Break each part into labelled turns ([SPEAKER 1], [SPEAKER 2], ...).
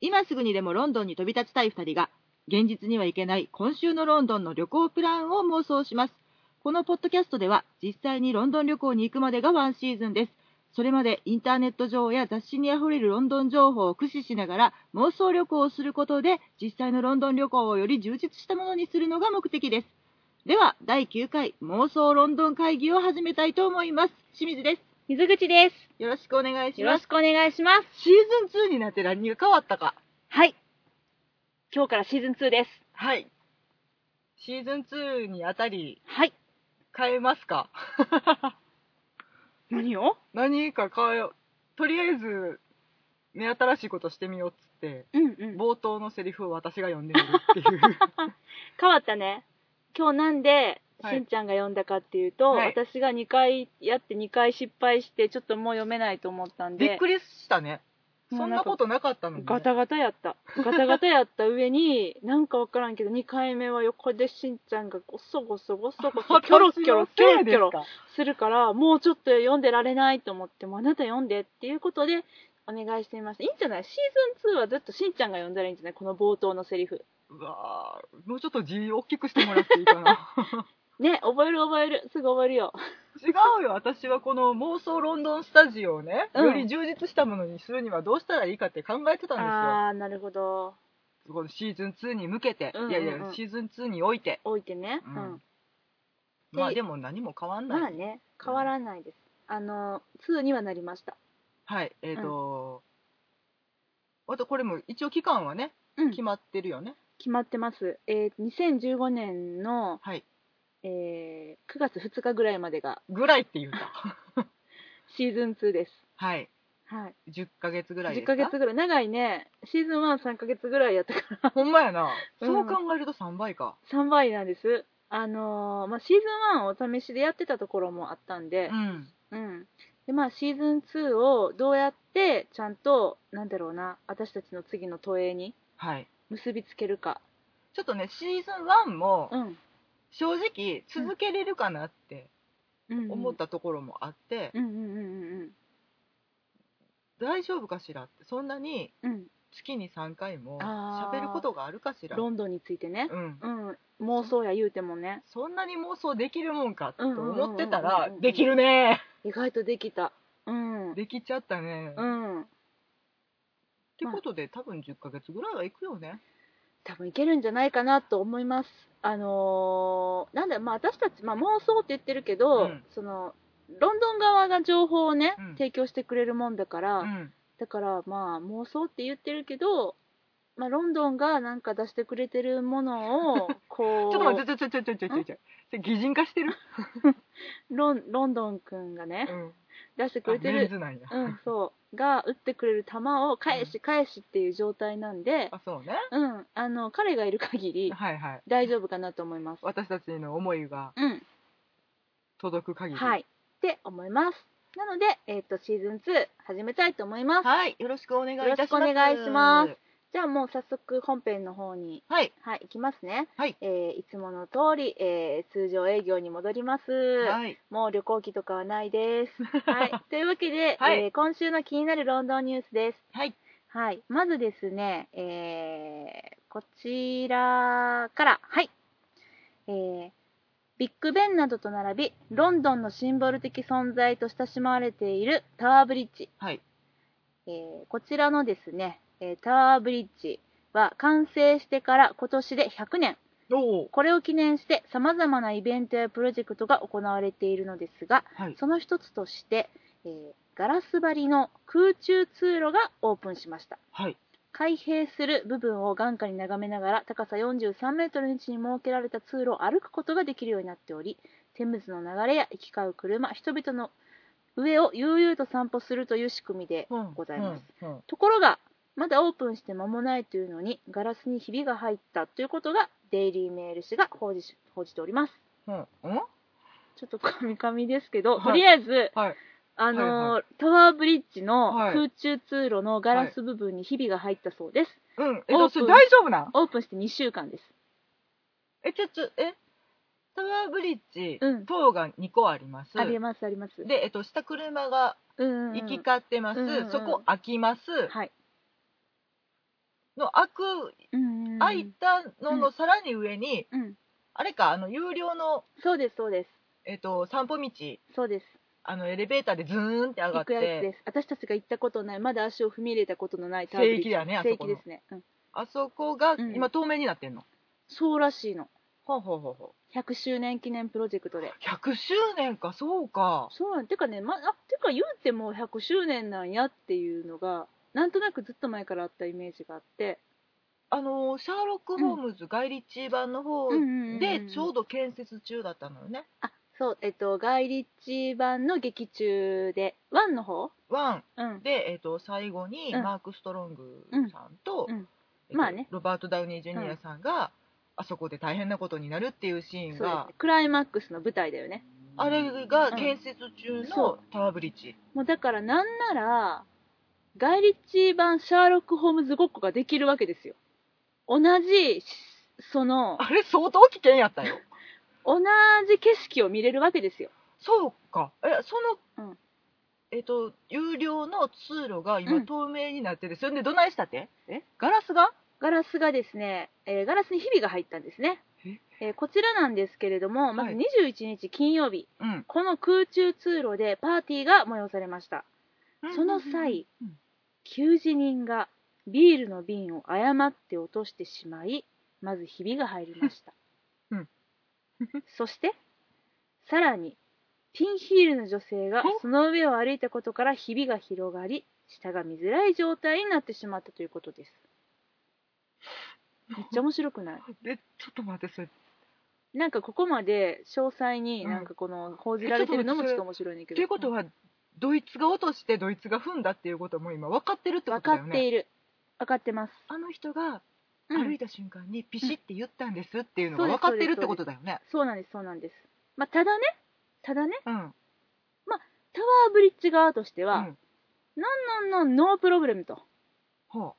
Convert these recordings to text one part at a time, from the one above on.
[SPEAKER 1] 今すぐにでもロンドンに飛び立ちたい2人が、現実には行けない今週のロンドンの旅行プランを妄想します。このポッドキャストでは、実際にロンドン旅行に行くまでがワンシーズンです。それまでインターネット上や雑誌にあふれるロンドン情報を駆使しながら妄想旅行をすることで実際のロンドン旅行をより充実したものにするのが目的です。では、第9回妄想ロンドン会議を始めたいと思います。清水です。
[SPEAKER 2] 水口で
[SPEAKER 1] よろしくお願い
[SPEAKER 2] す。
[SPEAKER 1] し
[SPEAKER 2] よろ
[SPEAKER 1] ます
[SPEAKER 2] し。くお願いします。
[SPEAKER 1] シーズン2になって何が変わったか。
[SPEAKER 2] はい。今日からシーズン2です。
[SPEAKER 1] はい。シーズン2にあたり
[SPEAKER 2] はい。
[SPEAKER 1] 変えますか
[SPEAKER 2] 何を
[SPEAKER 1] 何か変えよう。とりあえず、目新しいことしてみようっつって、
[SPEAKER 2] うんうん。
[SPEAKER 1] 冒頭のセリフを私が読んでみるっていう。
[SPEAKER 2] 変わったね。今日なんで、
[SPEAKER 1] はい
[SPEAKER 2] しんちゃんが読んだかっていうと、
[SPEAKER 1] はい
[SPEAKER 2] 私が2回やって2回失敗して、ちょっともう読めないと思ったんで。
[SPEAKER 1] びっくりしたね。
[SPEAKER 2] も
[SPEAKER 1] そ
[SPEAKER 2] うんなん
[SPEAKER 1] な
[SPEAKER 2] か
[SPEAKER 1] ことなかったのに、ね。
[SPEAKER 2] ガタガタや った。ガタガタやった上に、なんかわからんけど、2回目は横でしんちゃんがごそごそごそごそ、キョロキョロ、キョロキョロするから、もうちょっと読んでられないと思って、もうあなた読んでっていうことで、お願いしてみました。いいんじゃないシーズン2はずっとしんちゃんが読んだらいいんじゃないこの冒頭のセリフ。
[SPEAKER 1] うわーもうちょっと字大きくしてもらっていいか な。
[SPEAKER 2] ね、覚える覚える。すぐ覚えるよ。
[SPEAKER 1] 違うよ、私はこの妄想ロンドンスタジオをね、
[SPEAKER 2] うん
[SPEAKER 1] より充実したものにするにはどうしたらいいかって考えてたんで
[SPEAKER 2] あー、なるほど。
[SPEAKER 1] すよ。このシーズン2に向けて、
[SPEAKER 2] うんうんうん
[SPEAKER 1] いやいや、シーズン2において。
[SPEAKER 2] 置いてね。う
[SPEAKER 1] うんん。まあ
[SPEAKER 2] で
[SPEAKER 1] でも何も変わんない。
[SPEAKER 2] まあね、変わらないです。あの、2にはなりました。
[SPEAKER 1] はい、えっ、と、あとこれも一応期間はね、
[SPEAKER 2] うん。
[SPEAKER 1] 決まってるよね。
[SPEAKER 2] 決まってます、えー、2015年の、
[SPEAKER 1] はい。
[SPEAKER 2] えー9月2日ぐらいまでが
[SPEAKER 1] ぐらいって言う た。
[SPEAKER 2] シーズン2です、
[SPEAKER 1] はい。
[SPEAKER 2] はい、
[SPEAKER 1] 10ヶ月ぐらいで
[SPEAKER 2] 10
[SPEAKER 1] すか
[SPEAKER 2] ヶ月ぐらい長いねシーズン13ヶ月ぐらいやったから
[SPEAKER 1] ほんまやな。
[SPEAKER 2] うん
[SPEAKER 1] そう考えると3倍か。
[SPEAKER 2] 3倍なんですあのーまあ、シーズン1をお試しでやってたところもあったんで
[SPEAKER 1] う、ん。
[SPEAKER 2] うんでまあ、シーズン2をどうやってちゃんとなんだろうな私たちの次の投影に
[SPEAKER 1] はい。
[SPEAKER 2] 結びつけるか、
[SPEAKER 1] ちょっとね、シーズン1も
[SPEAKER 2] うん
[SPEAKER 1] 正直続けれるかなって
[SPEAKER 2] うん、
[SPEAKER 1] 思ったところもあって、
[SPEAKER 2] うんうんうんうん
[SPEAKER 1] 大丈夫かしらって、そんなに
[SPEAKER 2] うんうん
[SPEAKER 1] 月に3回も
[SPEAKER 2] あー
[SPEAKER 1] 喋ることがあるかしら。
[SPEAKER 2] ロンドンについてね、
[SPEAKER 1] うん。
[SPEAKER 2] うん、妄想や言うてもね
[SPEAKER 1] そんなに妄想できるもんかと思ってた
[SPEAKER 2] うんうんうんうん
[SPEAKER 1] ら
[SPEAKER 2] うんうん、
[SPEAKER 1] できるね
[SPEAKER 2] 意外とできたう ん
[SPEAKER 1] できちゃったね。
[SPEAKER 2] う
[SPEAKER 1] っ
[SPEAKER 2] ん
[SPEAKER 1] てことで、多分10ヶ月ぐらいはいくよね。
[SPEAKER 2] 多分いけるんじゃないかなと思いますあのーなんだまあ私たち、まあ、妄想って言ってるけど、
[SPEAKER 1] うん
[SPEAKER 2] そのロンドン側が情報をね、
[SPEAKER 1] うん
[SPEAKER 2] 提供してくれるもんだから、
[SPEAKER 1] うん。
[SPEAKER 2] だからまあ妄想って言ってるけどまあ、ロンドンがなんか出してくれてるもの をこう
[SPEAKER 1] ちょっと待って、ちょちょちょちょちょちょちょ。ちょ擬人化してる
[SPEAKER 2] ロンロンドン君がね、
[SPEAKER 1] うん。
[SPEAKER 2] 出してく
[SPEAKER 1] あ
[SPEAKER 2] れて
[SPEAKER 1] メン
[SPEAKER 2] る、
[SPEAKER 1] ズなんや。
[SPEAKER 2] うん、そうが打ってくれる球を返し返しっていう状態なんで、
[SPEAKER 1] あ、そうね。
[SPEAKER 2] うん、あの彼がいる限り
[SPEAKER 1] はいはい。
[SPEAKER 2] 大丈夫かなと思います。
[SPEAKER 1] 私たちの思いが
[SPEAKER 2] うん、
[SPEAKER 1] 届く限り。
[SPEAKER 2] はい、って思います。なので、えっ、とシーズン2始めたいと思います。
[SPEAKER 1] はい、よろしくお願いいたします。
[SPEAKER 2] よろしくお願いします。じゃあもう早速本編の方に
[SPEAKER 1] はい、
[SPEAKER 2] はい行きますね。
[SPEAKER 1] はい、
[SPEAKER 2] えーいつもの通り、えー通常営業に戻ります。
[SPEAKER 1] はい、
[SPEAKER 2] もう旅行機とかはな いです。はい、というわけで、
[SPEAKER 1] はい
[SPEAKER 2] えー今週の気になるロンドンニュースです。
[SPEAKER 1] はい、
[SPEAKER 2] はい、まずですね、えーこちらから、はい、えービッグベンなどと並び、ロンドンのシンボル的存在と親しまれているタワーブリッジ、
[SPEAKER 1] はい、
[SPEAKER 2] えーこちらのですね、えータワーブリッジは完成してから今年で100年、
[SPEAKER 1] おお、
[SPEAKER 2] これを記念してさまざまなイベントやプロジェクトが行われているのですが、
[SPEAKER 1] はい、
[SPEAKER 2] その一つとして、えーガラス張りの空中通路がオープンしました。
[SPEAKER 1] はい、
[SPEAKER 2] 開閉する部分を眼下に眺めながら高さ43メートルの位置に設けられた通路を歩くことができるようになっておりテムズの流れや行き交う車人々の上を悠々と散歩するという仕組みで
[SPEAKER 1] うん
[SPEAKER 2] ございます、。
[SPEAKER 1] うんうん
[SPEAKER 2] ところがまだオープンして間もないというのにガラスにひびが入ったということがデイリーメール紙が報じし報じております
[SPEAKER 1] うん、うん、
[SPEAKER 2] ちょっとカミカミですけ
[SPEAKER 1] は
[SPEAKER 2] ど、
[SPEAKER 1] い
[SPEAKER 2] とりあえず
[SPEAKER 1] はい、
[SPEAKER 2] あのー
[SPEAKER 1] はい
[SPEAKER 2] タワーブリッジの
[SPEAKER 1] はい
[SPEAKER 2] 空中通路のガラス部分にひびが入ったそうです、
[SPEAKER 1] うん、え、
[SPEAKER 2] オープン
[SPEAKER 1] それ大丈夫なん
[SPEAKER 2] オープンして2週間です
[SPEAKER 1] え、ちょ、ちょ、え、タワーブリッジ、
[SPEAKER 2] うん
[SPEAKER 1] 塔が2個あります。
[SPEAKER 2] ありますあります。
[SPEAKER 1] で、えっと、下車が
[SPEAKER 2] うんうんうん
[SPEAKER 1] 行き交ってます。
[SPEAKER 2] うんうんうん
[SPEAKER 1] そこ開きます。
[SPEAKER 2] はい。
[SPEAKER 1] の悪
[SPEAKER 2] うんうん
[SPEAKER 1] 空いたののさらに上に、
[SPEAKER 2] うん
[SPEAKER 1] あれかあの有料の、
[SPEAKER 2] そうですそうです
[SPEAKER 1] えっと散歩道
[SPEAKER 2] そうです
[SPEAKER 1] あのエレベーターでズーンって上が
[SPEAKER 2] 行
[SPEAKER 1] っ
[SPEAKER 2] くやつで
[SPEAKER 1] て
[SPEAKER 2] す私たちが行ったことないまだ足を踏み入れたことのないター
[SPEAKER 1] 聖域だよねあそ
[SPEAKER 2] 聖
[SPEAKER 1] こ
[SPEAKER 2] 域
[SPEAKER 1] の
[SPEAKER 2] ですね、うん、
[SPEAKER 1] あそこが
[SPEAKER 2] うん
[SPEAKER 1] 今透明になってんの、
[SPEAKER 2] そうらしいの
[SPEAKER 1] ほうほうほうほ
[SPEAKER 2] 100周年記念プロジェクトで
[SPEAKER 1] う100周年かそうか
[SPEAKER 2] そうなんてかね、ま、あてか言うても100周年なんやっていうのがなんとなくずっと前からあったイメージがあって
[SPEAKER 1] あのシャーロック・ホームズ、ガイリッチー版の方
[SPEAKER 2] うんうんうん
[SPEAKER 1] でちょうど建設中だったのよね、
[SPEAKER 2] あそうえっとガイリッチー版の劇中で1の方
[SPEAKER 1] ワン
[SPEAKER 2] うん
[SPEAKER 1] で、えっと最後に
[SPEAKER 2] うん
[SPEAKER 1] マーク・ストロングさんと,、
[SPEAKER 2] うんうん
[SPEAKER 1] えっと
[SPEAKER 2] まあね
[SPEAKER 1] ロバート・ダウニー・ジュニアさんが、あそこで大変なことになるっていうシーン
[SPEAKER 2] そうで
[SPEAKER 1] が
[SPEAKER 2] す、ねクライマックスの舞台だよね
[SPEAKER 1] あれが建設中
[SPEAKER 2] うんそ
[SPEAKER 1] のタワーブリッジ、
[SPEAKER 2] もうだからなんならガイリッチー版シャーロック・ホームズごっこができるわけですよ同じしその
[SPEAKER 1] あれ相当危険やった よ
[SPEAKER 2] 同じ景色を見れるわけですよ
[SPEAKER 1] そうかえその、
[SPEAKER 2] うん
[SPEAKER 1] えっと有料の通路が
[SPEAKER 2] う
[SPEAKER 1] 今
[SPEAKER 2] ん
[SPEAKER 1] 透明になってる、それでどないしたってえガラスが
[SPEAKER 2] ガラスがですね、えーガラスにひびが入ったんですね
[SPEAKER 1] え、
[SPEAKER 2] えーこちらなんですけれどもまず
[SPEAKER 1] はい
[SPEAKER 2] 21日金曜日、
[SPEAKER 1] うん
[SPEAKER 2] この空中通路でパーティーが催されましたその際
[SPEAKER 1] うん、
[SPEAKER 2] 給仕人がビールの瓶を誤って落としてしまい、まずひびが入りました
[SPEAKER 1] うん。
[SPEAKER 2] そして、さらに、ピンヒールの女性が
[SPEAKER 1] お
[SPEAKER 2] その上を歩いたことからひびが広がり、下が見づらい状態になってしまったということです。めっちゃ面白くない
[SPEAKER 1] でちょっと待ってそれ
[SPEAKER 2] なんかここまで詳細になんかこの報じられてるのもちょっと面白いねんだけ
[SPEAKER 1] と
[SPEAKER 2] ど。
[SPEAKER 1] いうことはドイツが落としてドイツが踏んだっていうことも今分かってるってこと
[SPEAKER 2] 分か
[SPEAKER 1] だよね
[SPEAKER 2] っている。分かってます。
[SPEAKER 1] あの人が
[SPEAKER 2] うん
[SPEAKER 1] 歩いた瞬間にピシッて言ったんですっていうの
[SPEAKER 2] う
[SPEAKER 1] が
[SPEAKER 2] ん
[SPEAKER 1] 分かってるってことだよね。
[SPEAKER 2] そうなんです、そうなんです。まあ、ただね、ただね、
[SPEAKER 1] うん。
[SPEAKER 2] タワーブリッジ側として
[SPEAKER 1] う
[SPEAKER 2] は、
[SPEAKER 1] ん。
[SPEAKER 2] ノンノンノープロブレムと、
[SPEAKER 1] ほ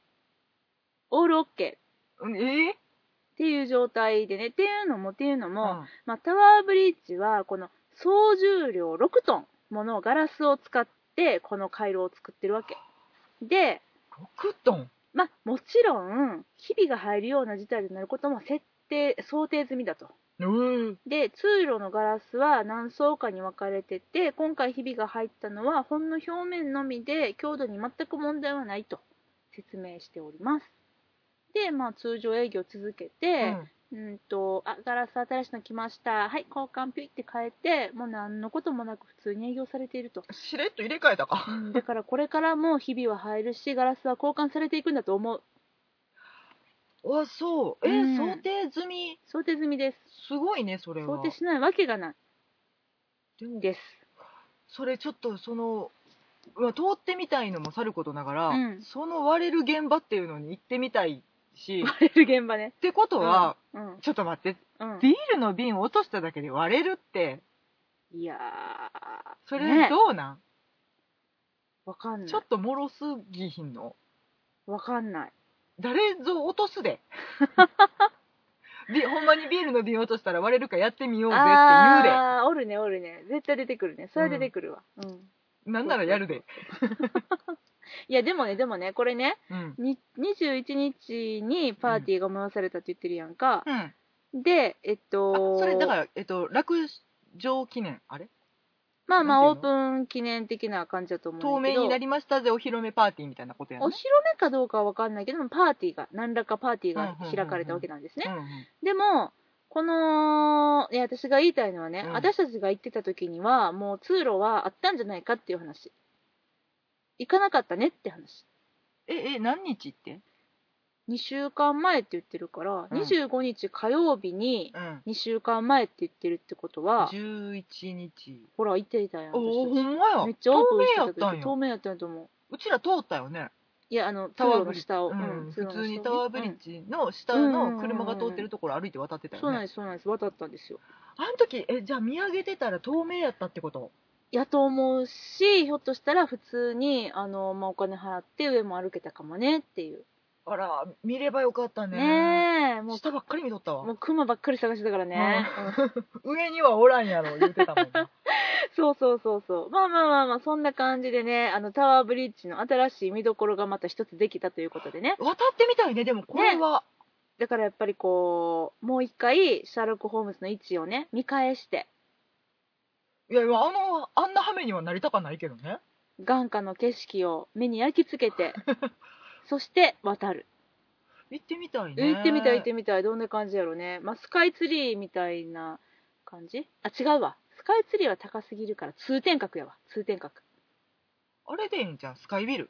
[SPEAKER 2] オールオッケー
[SPEAKER 1] う。
[SPEAKER 2] っ
[SPEAKER 1] うんえ
[SPEAKER 2] ていう状態でね、っていうのもっていうの
[SPEAKER 1] ー、
[SPEAKER 2] も、まあ、タワーブリッジは、この総重量6トンものガラスを使って、この回廊を作ってるわけ。で、
[SPEAKER 1] うん、6トン。
[SPEAKER 2] まあ、もちろん、ひびが入るような事態になることも設定、想定済みだと。
[SPEAKER 1] うん。
[SPEAKER 2] で通路のガラスは何層かに分かれてて今回ひびが入ったのはほんの表面のみで強度に全く問題はないと説明しておりますでまあ通常営業続けて、うん、とあガラス新しいの来ましたはい交換ピュイって変えてもう何のこともなく普通に営業されてい ると
[SPEAKER 1] しれっと入れ替えた
[SPEAKER 2] う
[SPEAKER 1] か。
[SPEAKER 2] んだからこれからもひびは入るしガラスは交換されていくんだと思う
[SPEAKER 1] あ、そう。えー
[SPEAKER 2] うん
[SPEAKER 1] 想定済み。
[SPEAKER 2] 想定済みです
[SPEAKER 1] すごいね、それは。
[SPEAKER 2] 想定しないわけがな
[SPEAKER 1] でも
[SPEAKER 2] いです
[SPEAKER 1] それちょっとその、うわ通ってみたいのもさることながら、
[SPEAKER 2] うん
[SPEAKER 1] その割れる現場っていうのに行ってみたいし、っ
[SPEAKER 2] 割れる現場ね
[SPEAKER 1] てことは、
[SPEAKER 2] うん、うん
[SPEAKER 1] ちょっと待って、
[SPEAKER 2] うん
[SPEAKER 1] ビールの瓶を落としただけで割れるって、
[SPEAKER 2] いやー、
[SPEAKER 1] そ
[SPEAKER 2] ね
[SPEAKER 1] れどうなん、
[SPEAKER 2] わかんない
[SPEAKER 1] ちょ。っともろすぎひんの
[SPEAKER 2] わかんない。
[SPEAKER 1] 誰ぞ落とす で。でほんまにビールの瓶落としたら割れるかやってみようぜって言うで。
[SPEAKER 2] あー、おるね、おるね。絶対出てくるね。それは出てくるわ。うん。
[SPEAKER 1] なんならやるで。
[SPEAKER 2] いや、でもね、でもね、これね、
[SPEAKER 1] うん。
[SPEAKER 2] に21日にパーティーが催されたって言ってるやんか。
[SPEAKER 1] うん。
[SPEAKER 2] で、えっ
[SPEAKER 1] あ
[SPEAKER 2] と、
[SPEAKER 1] それだから、えっと、落城記念、あれ
[SPEAKER 2] まあまあ、
[SPEAKER 1] な
[SPEAKER 2] オ
[SPEAKER 1] ん
[SPEAKER 2] ー
[SPEAKER 1] て
[SPEAKER 2] プ
[SPEAKER 1] い
[SPEAKER 2] ン記念的な感じだと思
[SPEAKER 1] 透
[SPEAKER 2] うんだけ
[SPEAKER 1] 明
[SPEAKER 2] ど。
[SPEAKER 1] になりましたぜ、お披露目パーティーみたいなことや
[SPEAKER 2] お
[SPEAKER 1] な、
[SPEAKER 2] 披露目かどうかはわかんないけども、パーティーが、何らかパーティーが開かれたわけなんですね。でも、この、いや、私が言いたいのはね、
[SPEAKER 1] うん
[SPEAKER 2] 私たちが行ってた時には、もう通路はあったんじゃないかっていう話。行かなかったねって話。
[SPEAKER 1] うんうん。え、え、何日って
[SPEAKER 2] 2週間前って言ってるから、
[SPEAKER 1] うん
[SPEAKER 2] 25日火曜日に
[SPEAKER 1] うん。
[SPEAKER 2] 2週間前って言ってるってことは、
[SPEAKER 1] 11日。
[SPEAKER 2] ほら、行ってたやん。
[SPEAKER 1] おお、ほ
[SPEAKER 2] 私たち
[SPEAKER 1] んまや。
[SPEAKER 2] めっちゃオープン
[SPEAKER 1] 透明
[SPEAKER 2] して
[SPEAKER 1] や
[SPEAKER 2] た
[SPEAKER 1] っ
[SPEAKER 2] 時
[SPEAKER 1] たんや。
[SPEAKER 2] 透明やったんやと思う。
[SPEAKER 1] うちら通ったよね。
[SPEAKER 2] いや、あの、通
[SPEAKER 1] タワー
[SPEAKER 2] 路
[SPEAKER 1] ブ
[SPEAKER 2] の
[SPEAKER 1] リッジ
[SPEAKER 2] 下を。
[SPEAKER 1] うん、
[SPEAKER 2] 通路
[SPEAKER 1] 普
[SPEAKER 2] の下を
[SPEAKER 1] 通に
[SPEAKER 2] ね
[SPEAKER 1] タワーブリッジの下の車が通ってるところ歩いて渡って
[SPEAKER 2] う
[SPEAKER 1] た
[SPEAKER 2] んそう
[SPEAKER 1] よ
[SPEAKER 2] なん
[SPEAKER 1] ね。
[SPEAKER 2] です、そうなんです。渡ったんですよ。
[SPEAKER 1] あの時、え、じゃあ見上げてたら透明やったってこと
[SPEAKER 2] やと思うし、ひょっとしたら普通に、あの、まあ、お金払って上も歩けたかもねっていう。
[SPEAKER 1] あら、見ればよかったね。
[SPEAKER 2] ねえ、もう、
[SPEAKER 1] 下ばっかり見とったわ。
[SPEAKER 2] もうクマばっかり探してたからね。うん
[SPEAKER 1] 上にはおらんやろ、言うてたもんな。
[SPEAKER 2] そうそうそうそう。まあまあまあまあ、そんな感じでね、あの、タワーブリッジの新しい見どころがまた一つできたということでね。
[SPEAKER 1] 渡ってみたいね、でもこれは。
[SPEAKER 2] だからやっぱりこう、もう一回、シャーロック・ホームズの位置をね、見返して、
[SPEAKER 1] いやいや、あの、あんな羽目にはなりたかないけどね。
[SPEAKER 2] 眼下の景色を目に焼き付け て、そして渡る。
[SPEAKER 1] 行ってみたいね。
[SPEAKER 2] 行ってみたい行って
[SPEAKER 1] み
[SPEAKER 2] みたい。どんな感じやろうね。まあ、スカイツリーみたいな感じあ、違うわ。スカイツリーは高すぎるから、通天閣やわ。通天閣。
[SPEAKER 1] あれでいいんじゃん、スカイビル。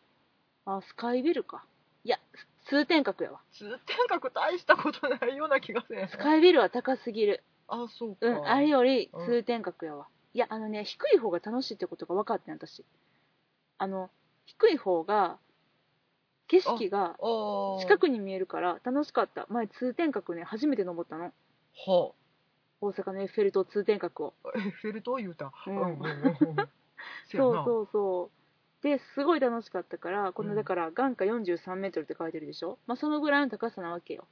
[SPEAKER 2] あ、スカイビルか。いや、通天閣やわ。
[SPEAKER 1] 通天閣大したことないような気がせえへん。
[SPEAKER 2] スカイビルは高すぎる。
[SPEAKER 1] あ、そうか。
[SPEAKER 2] うん、あれより
[SPEAKER 1] うん
[SPEAKER 2] 通天閣やわ。いや、あのね、低い方が楽しいってことが分かってん、私。あの、低い方が、景色が
[SPEAKER 1] ああ。
[SPEAKER 2] 近くに見えるから楽しかった。前、通天閣ね、初めて登ったの。
[SPEAKER 1] は
[SPEAKER 2] 大阪のエッフェル塔通天閣を。
[SPEAKER 1] あ。エッフェル塔言うた。
[SPEAKER 2] う
[SPEAKER 1] うんんうんうん うん。せや
[SPEAKER 2] そう
[SPEAKER 1] な
[SPEAKER 2] そうそう。で、すごい楽しかったから、こ
[SPEAKER 1] う
[SPEAKER 2] の、
[SPEAKER 1] ん
[SPEAKER 2] だから、眼下43メートルって書いてるでしょまあ、そのぐらいの高さなわけよ。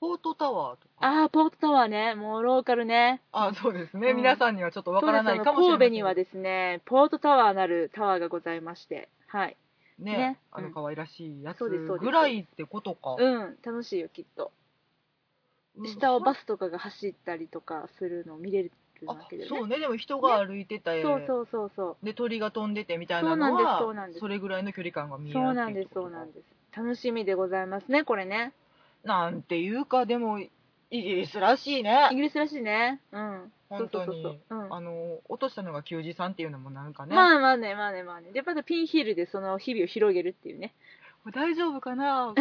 [SPEAKER 1] ポートタワーとか。
[SPEAKER 2] あー、ポートタワーね。もうローカルね。
[SPEAKER 1] あ、そうですね。
[SPEAKER 2] うん
[SPEAKER 1] 皆さんにはちょっとわ
[SPEAKER 2] そう
[SPEAKER 1] か
[SPEAKER 2] で
[SPEAKER 1] ら
[SPEAKER 2] す
[SPEAKER 1] な
[SPEAKER 2] あ
[SPEAKER 1] い
[SPEAKER 2] の
[SPEAKER 1] かもしれない。
[SPEAKER 2] 神戸にはですね、ポートタワーなるタワーがございまして。はい。
[SPEAKER 1] ね
[SPEAKER 2] ね
[SPEAKER 1] あ
[SPEAKER 2] う
[SPEAKER 1] の
[SPEAKER 2] ん
[SPEAKER 1] 可愛らしいや
[SPEAKER 2] そ
[SPEAKER 1] つ
[SPEAKER 2] うですそうです
[SPEAKER 1] ぐらいってことか。
[SPEAKER 2] うん、楽しいよ、きっと。
[SPEAKER 1] うん
[SPEAKER 2] 下をバ
[SPEAKER 1] ス
[SPEAKER 2] スとかが走ったりとかするのを見れるわけでね。
[SPEAKER 1] そうね、でも人が歩いてたり
[SPEAKER 2] そうそうそうそう。
[SPEAKER 1] で、鳥が飛んでてみたいなのは、
[SPEAKER 2] そうなんですそうなんです
[SPEAKER 1] れぐらいの距離感が見え
[SPEAKER 2] そうな
[SPEAKER 1] 合
[SPEAKER 2] ん
[SPEAKER 1] って
[SPEAKER 2] です、そうなん
[SPEAKER 1] です。
[SPEAKER 2] です。楽しみでございますね、これね。
[SPEAKER 1] なんていうか、でも、イギリスらしい
[SPEAKER 2] イ
[SPEAKER 1] ね。
[SPEAKER 2] ギリスらしいね。うん。
[SPEAKER 1] 本当に
[SPEAKER 2] そうそうそうそう。うん
[SPEAKER 1] あの、落としたのが球児さんっていうのもなんかね、
[SPEAKER 2] まあまあね、まあね、まあね。で、またピンヒールでその日々を広げるっていうね。
[SPEAKER 1] これ大丈夫かな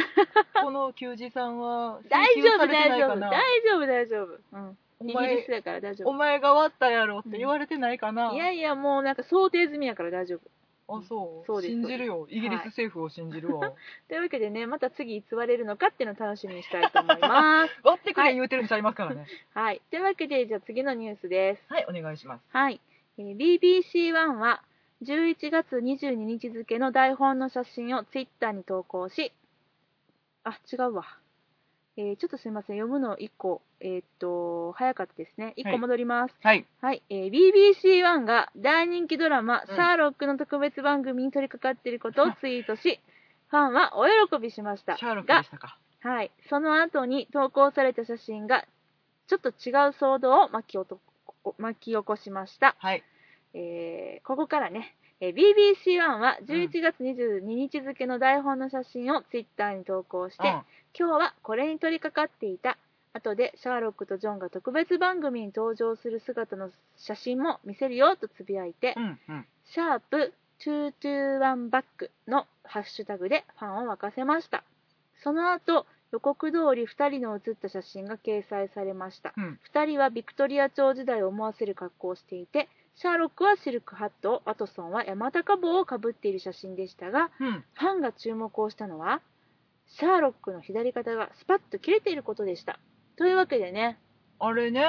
[SPEAKER 1] この球児さんは、
[SPEAKER 2] 大
[SPEAKER 1] 請
[SPEAKER 2] 丈
[SPEAKER 1] 求さ
[SPEAKER 2] 夫、
[SPEAKER 1] れて
[SPEAKER 2] 大
[SPEAKER 1] ない
[SPEAKER 2] 丈
[SPEAKER 1] か
[SPEAKER 2] 夫、
[SPEAKER 1] な
[SPEAKER 2] 大丈夫、大丈夫。うん。
[SPEAKER 1] お
[SPEAKER 2] イギリス
[SPEAKER 1] 前、
[SPEAKER 2] だから大丈
[SPEAKER 1] お
[SPEAKER 2] 夫。
[SPEAKER 1] 前が割ったやろって言われてないかな、
[SPEAKER 2] いやいや、もうなんか想定済みやから大丈夫。
[SPEAKER 1] あ、そう。
[SPEAKER 2] そうです
[SPEAKER 1] 信じるよ。イギリス政府を信じるわ。
[SPEAKER 2] というわけでね、また次いつ割れるのかっていうのを楽しみにしたいと思います。
[SPEAKER 1] 割ってく
[SPEAKER 2] は
[SPEAKER 1] れ
[SPEAKER 2] い
[SPEAKER 1] 言うてるんちゃいますから ね。
[SPEAKER 2] はい。というわけで、じゃあ次のニュースです。
[SPEAKER 1] はい、お願いします。
[SPEAKER 2] はい。えー BBC1 は、11月22日付の台本の写真をツイッターに投稿し、あ、違うわ。えーちょっとすいません。読むの1個、えーっと、早かったですね。1
[SPEAKER 1] は
[SPEAKER 2] 個
[SPEAKER 1] い
[SPEAKER 2] 戻ります。
[SPEAKER 1] はい。
[SPEAKER 2] はい。えー BBC1 が大人気ドラマ、
[SPEAKER 1] うん
[SPEAKER 2] シャーロックの特別番組に取り掛かっていることを ツイートし、ファンはお喜びしました。
[SPEAKER 1] シャーロック
[SPEAKER 2] が
[SPEAKER 1] でしたか。
[SPEAKER 2] はい。その後に投稿された写真が、ちょっと違う騒動を巻きおと巻き起こしました。
[SPEAKER 1] はい。
[SPEAKER 2] えーここからね、えー BBC1 は11月22日付の台本の写真をツイッターに投稿して、
[SPEAKER 1] うん
[SPEAKER 2] 今日はこれに取り掛かっていた。後でシャーロックとジョンが特別番組に登場する姿の写真も見せるよとつぶやいて、
[SPEAKER 1] うんうん、
[SPEAKER 2] シャープ221バックのハッシュタグでファンを沸かせました。その後、予告通り2人の写った写真が掲載されました。
[SPEAKER 1] うん
[SPEAKER 2] 2人はビクトリア朝時代を思わせる格好をしていて、シャーロックはシルクハットを、ワトソンは山高帽をかぶっている写真でしたが、
[SPEAKER 1] うん。
[SPEAKER 2] ファンが注目をしたのは、シャーロックの左肩がスパッと切れていることでした。というわけでね、
[SPEAKER 1] あれね。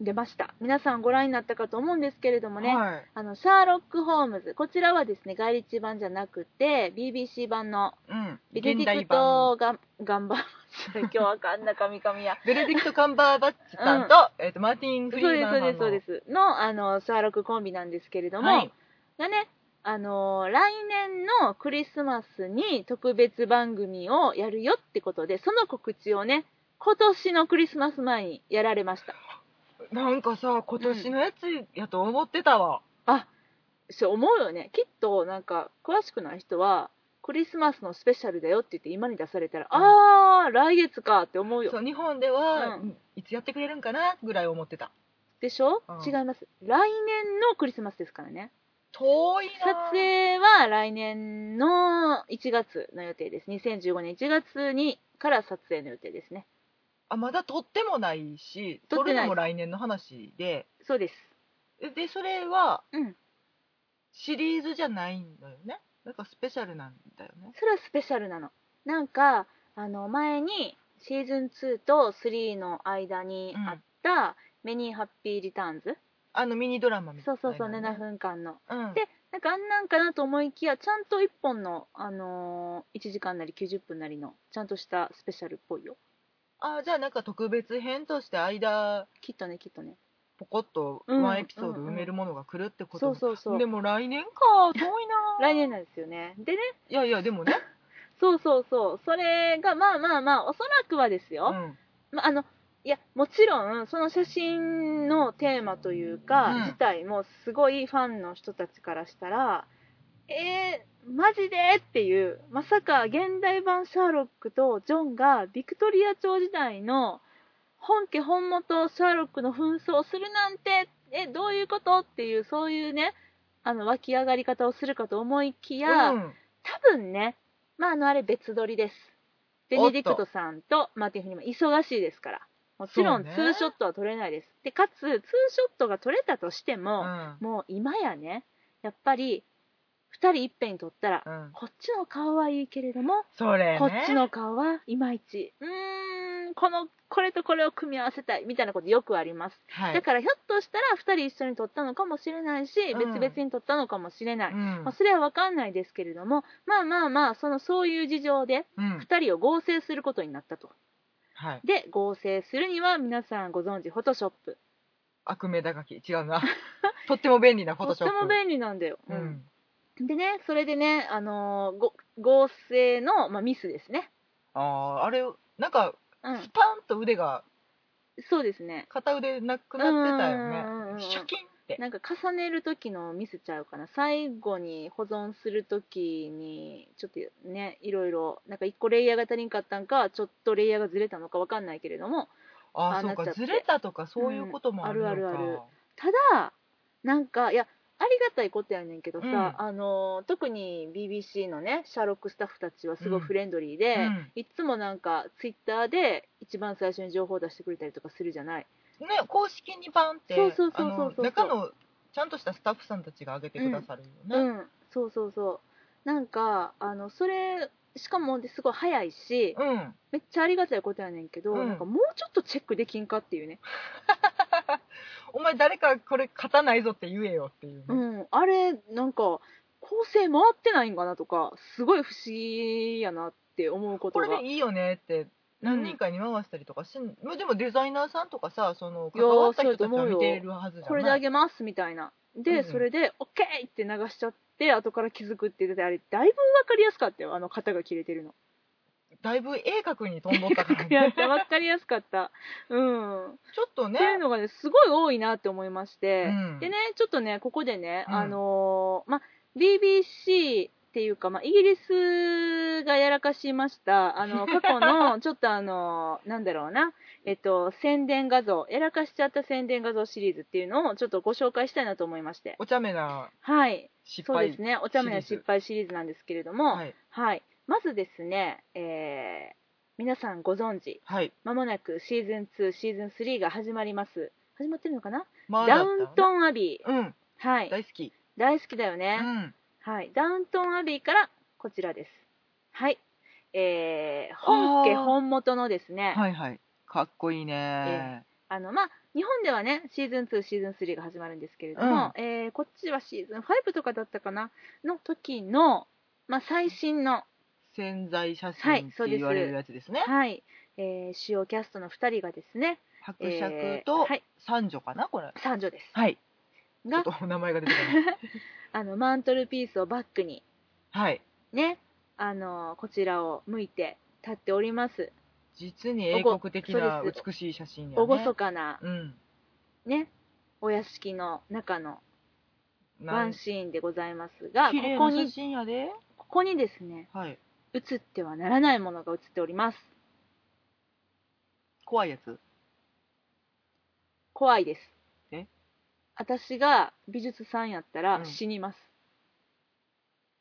[SPEAKER 2] 出ました。皆さんご覧になったかと思うんですけれどもね、
[SPEAKER 1] はい。
[SPEAKER 2] あの、シャーロック・ホームズ。こちらはですね、外立版じゃなくて、BBC 版の
[SPEAKER 1] うん。
[SPEAKER 2] ベネデ
[SPEAKER 1] 現
[SPEAKER 2] ィ
[SPEAKER 1] 代
[SPEAKER 2] ク
[SPEAKER 1] 版。
[SPEAKER 2] ト・ガンガンバーマッチ。 今日わかんな、神々や。
[SPEAKER 1] ベネディクト・カンバーバッチさんと、えっ、と、マーティン・
[SPEAKER 2] そ
[SPEAKER 1] フ
[SPEAKER 2] う
[SPEAKER 1] リー
[SPEAKER 2] で
[SPEAKER 1] マ
[SPEAKER 2] す、
[SPEAKER 1] ン
[SPEAKER 2] そう
[SPEAKER 1] さんの
[SPEAKER 2] です、そうです。の、あの、シャーロックコンビなんですけれども、
[SPEAKER 1] はい。
[SPEAKER 2] がね、あの、来年のクリスマスに特別番組をやるよってことで、その告知をね、今年のクリスマス前にやられました。
[SPEAKER 1] なんかさ、今年のやつやと思ってたわ。
[SPEAKER 2] あ、そう思うよね。きっと、なんか、詳しくない人は、クリスマスのスペシャルだよって言って今に出されたら、
[SPEAKER 1] うん
[SPEAKER 2] あー、来月かって思うよ
[SPEAKER 1] そ。う、日本では、
[SPEAKER 2] う
[SPEAKER 1] いつやってくれるんかなぐらい思ってた。
[SPEAKER 2] でしょ、
[SPEAKER 1] うん
[SPEAKER 2] 違います。来年のクリスマスですからね。
[SPEAKER 1] 遠い
[SPEAKER 2] 撮
[SPEAKER 1] なぁ
[SPEAKER 2] 影は来年の1月の予定です。2015年1月にから撮影の予定ですね。
[SPEAKER 1] あ、まだ撮ってもないし、
[SPEAKER 2] 撮
[SPEAKER 1] 撮
[SPEAKER 2] ってない
[SPEAKER 1] るのも来年の話で、
[SPEAKER 2] そうです。
[SPEAKER 1] で、それは、
[SPEAKER 2] うん。
[SPEAKER 1] シリーズじゃないんだよね。なんかスペシャルなんだよね。
[SPEAKER 2] それはスペシャルなの。なんか、あの、前にシーズン2と3の間にあった、メニーハッピーリターンズ
[SPEAKER 1] あのミニドラマみた
[SPEAKER 2] そ
[SPEAKER 1] いうな、
[SPEAKER 2] そうそう、7。分間の。
[SPEAKER 1] うん。
[SPEAKER 2] でなんかあんなんかなと思いきや、ちゃんと1本の、あのー、1時間なり90分なりの、ちゃんとしたスペシャルっぽいよ。
[SPEAKER 1] あじゃあなんか特別編として間
[SPEAKER 2] きっとね、きっとね。
[SPEAKER 1] ポコッと
[SPEAKER 2] うん
[SPEAKER 1] ワンエピソード埋めるものが来るってこと
[SPEAKER 2] そうそうそう
[SPEAKER 1] でも来年か遠いな
[SPEAKER 2] 来年なんですよねでね
[SPEAKER 1] いやいやでもね、
[SPEAKER 2] そうそうそうそれがまあまあまあおそらくはです
[SPEAKER 1] う
[SPEAKER 2] よ、
[SPEAKER 1] ん、
[SPEAKER 2] まあ、あのいやもちろんその写真のテーマというか、
[SPEAKER 1] うん
[SPEAKER 2] 自体もすごいファンの人たちからしたらえー、マジでっていうまさか現代版シャーロックとジョンがビクトリア朝時代の本家本元シャーロックの紛争をするなんてえどういうことっていうそういうねあの湧き上がり方をするかと思いきや、
[SPEAKER 1] うん
[SPEAKER 2] 多分ね、まあ、あのあれ別撮りです。ベネディクトさんとマーティン・フリーマン、忙しいですから。もちろん、ツ
[SPEAKER 1] そうね
[SPEAKER 2] ーショットは撮れないです。で、かつ、ツーショットが撮れたとして
[SPEAKER 1] う
[SPEAKER 2] も、
[SPEAKER 1] ん
[SPEAKER 2] もう今やね、やっぱり、二人いっぺんに撮ったら、
[SPEAKER 1] うん、
[SPEAKER 2] こっちの顔はいいけれども、
[SPEAKER 1] それね
[SPEAKER 2] こっちの顔はいまいち。うーん、この、これとこれを組み合わせたい、みたいなことよくあります。
[SPEAKER 1] はい
[SPEAKER 2] だから、ひょっとしたら、二人一緒に撮ったのかもしれないし、
[SPEAKER 1] うん
[SPEAKER 2] 別々に撮ったのかもしれない。
[SPEAKER 1] うん
[SPEAKER 2] まあ、それは分かんないですけれども、まあまあまあ、そのそういう事情で、
[SPEAKER 1] うん
[SPEAKER 2] 2人を合成することになったと。
[SPEAKER 1] はい、
[SPEAKER 2] で、合成するには、皆さんご存知、フォトショップ。
[SPEAKER 1] 悪名高き違うなとっても便利なフォ
[SPEAKER 2] と
[SPEAKER 1] ト
[SPEAKER 2] っ
[SPEAKER 1] シ
[SPEAKER 2] て
[SPEAKER 1] ョップ
[SPEAKER 2] も便利なんだよ。
[SPEAKER 1] うん
[SPEAKER 2] うんでね、それでね、あのーご合成の、まあ、ミスですね。
[SPEAKER 1] あああれなんか
[SPEAKER 2] う
[SPEAKER 1] ス
[SPEAKER 2] ん、
[SPEAKER 1] パンと腕が
[SPEAKER 2] そうですね。
[SPEAKER 1] 片腕なくなってた
[SPEAKER 2] うんう
[SPEAKER 1] よ
[SPEAKER 2] んうんうん
[SPEAKER 1] ねシュキンって
[SPEAKER 2] なんか重ねる時のミスちゃうかな最後に保存する時にちょっとねいろいろなんか1個レイヤーが足りんかったんかちょっとレイヤーがずれたのかわかんないけれども
[SPEAKER 1] あ
[SPEAKER 2] あ
[SPEAKER 1] あそう
[SPEAKER 2] なっちゃ
[SPEAKER 1] か
[SPEAKER 2] って
[SPEAKER 1] ずれたとかそういうこともあるのか、
[SPEAKER 2] うんあるあるあるただなんかいやありがたいことやねんけどさ、
[SPEAKER 1] うん
[SPEAKER 2] あの特に BBC のねシャーロックスタッフたちはすごいフレンドリーで、
[SPEAKER 1] うん
[SPEAKER 2] いつもなんかツイッターで一番最初に情報を出してくれたりとかするじゃない
[SPEAKER 1] ね、公式にバンって
[SPEAKER 2] そうそうそうそうそう
[SPEAKER 1] あの中のちゃんとしたスタッフさんたちが上げてくださるよ
[SPEAKER 2] う
[SPEAKER 1] ね
[SPEAKER 2] んそうそうそうなんかあのそれしかもすごい早いし
[SPEAKER 1] うん、
[SPEAKER 2] めっちゃありがたいことやねんけど、
[SPEAKER 1] うん
[SPEAKER 2] なんかもうちょっとチェックできんかっていうね、
[SPEAKER 1] お前誰かこれ勝たないぞって言えよっていうね、
[SPEAKER 2] うん、あれなんか構成回ってないんかなとかすごい不思議やなって思うこと
[SPEAKER 1] こ
[SPEAKER 2] が
[SPEAKER 1] れでいいよねって何人かに回したりとかしん、まあでもデザイナーさんとかさその関わった人たちは見ているはずじゃない
[SPEAKER 2] これであげますみたいな。で、
[SPEAKER 1] うん
[SPEAKER 2] それで、オッケーって流しちゃって、後から気づくって言ってて、あれ、だいぶわかりやすかったよ、あの型が切れて るの。
[SPEAKER 1] だいぶ鋭角に飛んどったから
[SPEAKER 2] いや、
[SPEAKER 1] ね
[SPEAKER 2] わかりやすかった。うん。
[SPEAKER 1] ちょっと
[SPEAKER 2] っ
[SPEAKER 1] ね
[SPEAKER 2] ていうのがね、すごい多いなって思いまして、
[SPEAKER 1] うん
[SPEAKER 2] でね、ちょっとね、ここでね、
[SPEAKER 1] うん
[SPEAKER 2] あのーま、BBC っていうか、ま、イギリスがやらかしました、あの、過去の、ちょっとあのーなんだろうな、えっと、宣伝画像、やらかしちゃった宣伝画像シリーズっていうのを、ちょっとご紹介したいなと思いまして。
[SPEAKER 1] お茶目な
[SPEAKER 2] はい。
[SPEAKER 1] 失
[SPEAKER 2] そう
[SPEAKER 1] 敗
[SPEAKER 2] ですね、お茶目な失敗シリーズなんですけれども、は、
[SPEAKER 1] はいい、
[SPEAKER 2] まずですね、えー皆さんご存知、
[SPEAKER 1] はい、
[SPEAKER 2] まもなくシーズン2、シーズン3が始まります。始まってるのかな、
[SPEAKER 1] ま
[SPEAKER 2] ダウン
[SPEAKER 1] ン
[SPEAKER 2] トンアビー。
[SPEAKER 1] うん
[SPEAKER 2] はい。
[SPEAKER 1] 大好き、
[SPEAKER 2] 大好きだよ
[SPEAKER 1] う
[SPEAKER 2] ね、
[SPEAKER 1] ん、
[SPEAKER 2] はい。ダウントンアビーからこちらです。はい。えー本家
[SPEAKER 1] あー
[SPEAKER 2] 本元のですね、
[SPEAKER 1] はいはいかっこいいね、
[SPEAKER 2] あの、まあ、日本ではね、シーズン2、シーズン3が始まるんですけれども、えーこっちはシーズン5とかだったかな、の時の、まあ、最新の、
[SPEAKER 1] 潜在写
[SPEAKER 2] はい
[SPEAKER 1] 真って言われるやつですね、
[SPEAKER 2] はい、えー主要キャストの2人がですね、
[SPEAKER 1] 伯爵
[SPEAKER 2] えー
[SPEAKER 1] と
[SPEAKER 2] はい、
[SPEAKER 1] 三女かなこれ
[SPEAKER 2] 三女です。
[SPEAKER 1] はいちょ
[SPEAKER 2] が
[SPEAKER 1] っと、お名前が出てこない
[SPEAKER 2] あの、マントルピースをバックに、
[SPEAKER 1] はい
[SPEAKER 2] ね、あの、こちらを向いて立っております。
[SPEAKER 1] 実に英国的な
[SPEAKER 2] そうです
[SPEAKER 1] 美しい写真やね
[SPEAKER 2] 厳かな、
[SPEAKER 1] うん
[SPEAKER 2] ね、お屋敷の中のワ
[SPEAKER 1] なん
[SPEAKER 2] ンシーンでございますが、こ
[SPEAKER 1] 綺麗
[SPEAKER 2] こ
[SPEAKER 1] な写
[SPEAKER 2] に、
[SPEAKER 1] 真やで
[SPEAKER 2] ここにですね、
[SPEAKER 1] はい
[SPEAKER 2] 映ってはならないものが映っております。
[SPEAKER 1] 怖いやつ
[SPEAKER 2] 怖いです。
[SPEAKER 1] え
[SPEAKER 2] 私が美術さんやった
[SPEAKER 1] う
[SPEAKER 2] ら
[SPEAKER 1] ん
[SPEAKER 2] 死にます。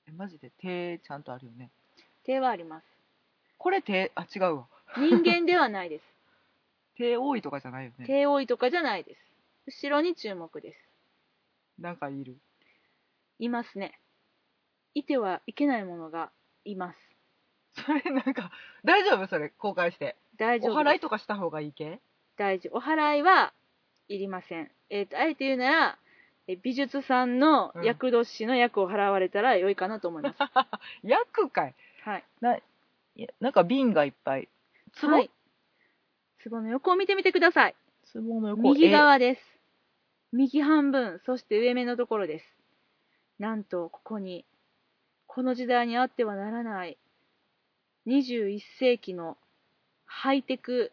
[SPEAKER 1] えマジで手ちゃんとあるよね
[SPEAKER 2] 手はあります。
[SPEAKER 1] これ手あ違うわ
[SPEAKER 2] 人間ではないです。
[SPEAKER 1] 手多いとかじゃないよね
[SPEAKER 2] 手多いとかじゃないです。後ろに注目です。
[SPEAKER 1] なんかいる
[SPEAKER 2] いますね。いてはいけないものがいます。
[SPEAKER 1] それなんか大丈夫それ公開して
[SPEAKER 2] 大丈
[SPEAKER 1] お
[SPEAKER 2] 夫
[SPEAKER 1] 祓
[SPEAKER 2] で
[SPEAKER 1] い
[SPEAKER 2] す。
[SPEAKER 1] とかした方がいいけ
[SPEAKER 2] 大事。お祓いはいりません。えっ、と、あえて言うなら、え美術さんの
[SPEAKER 1] うん
[SPEAKER 2] 厄年の役を払われたら良いかなと思います。
[SPEAKER 1] 薬かい
[SPEAKER 2] はい。
[SPEAKER 1] いやなんか瓶がいっぱい壺、
[SPEAKER 2] はい。壺の横を見てみてください。
[SPEAKER 1] 壺の横
[SPEAKER 2] 右
[SPEAKER 1] え
[SPEAKER 2] 側です。右半分、そして上目のところです。なんと、ここに、この時代にあってはならない、21世紀のハイテク、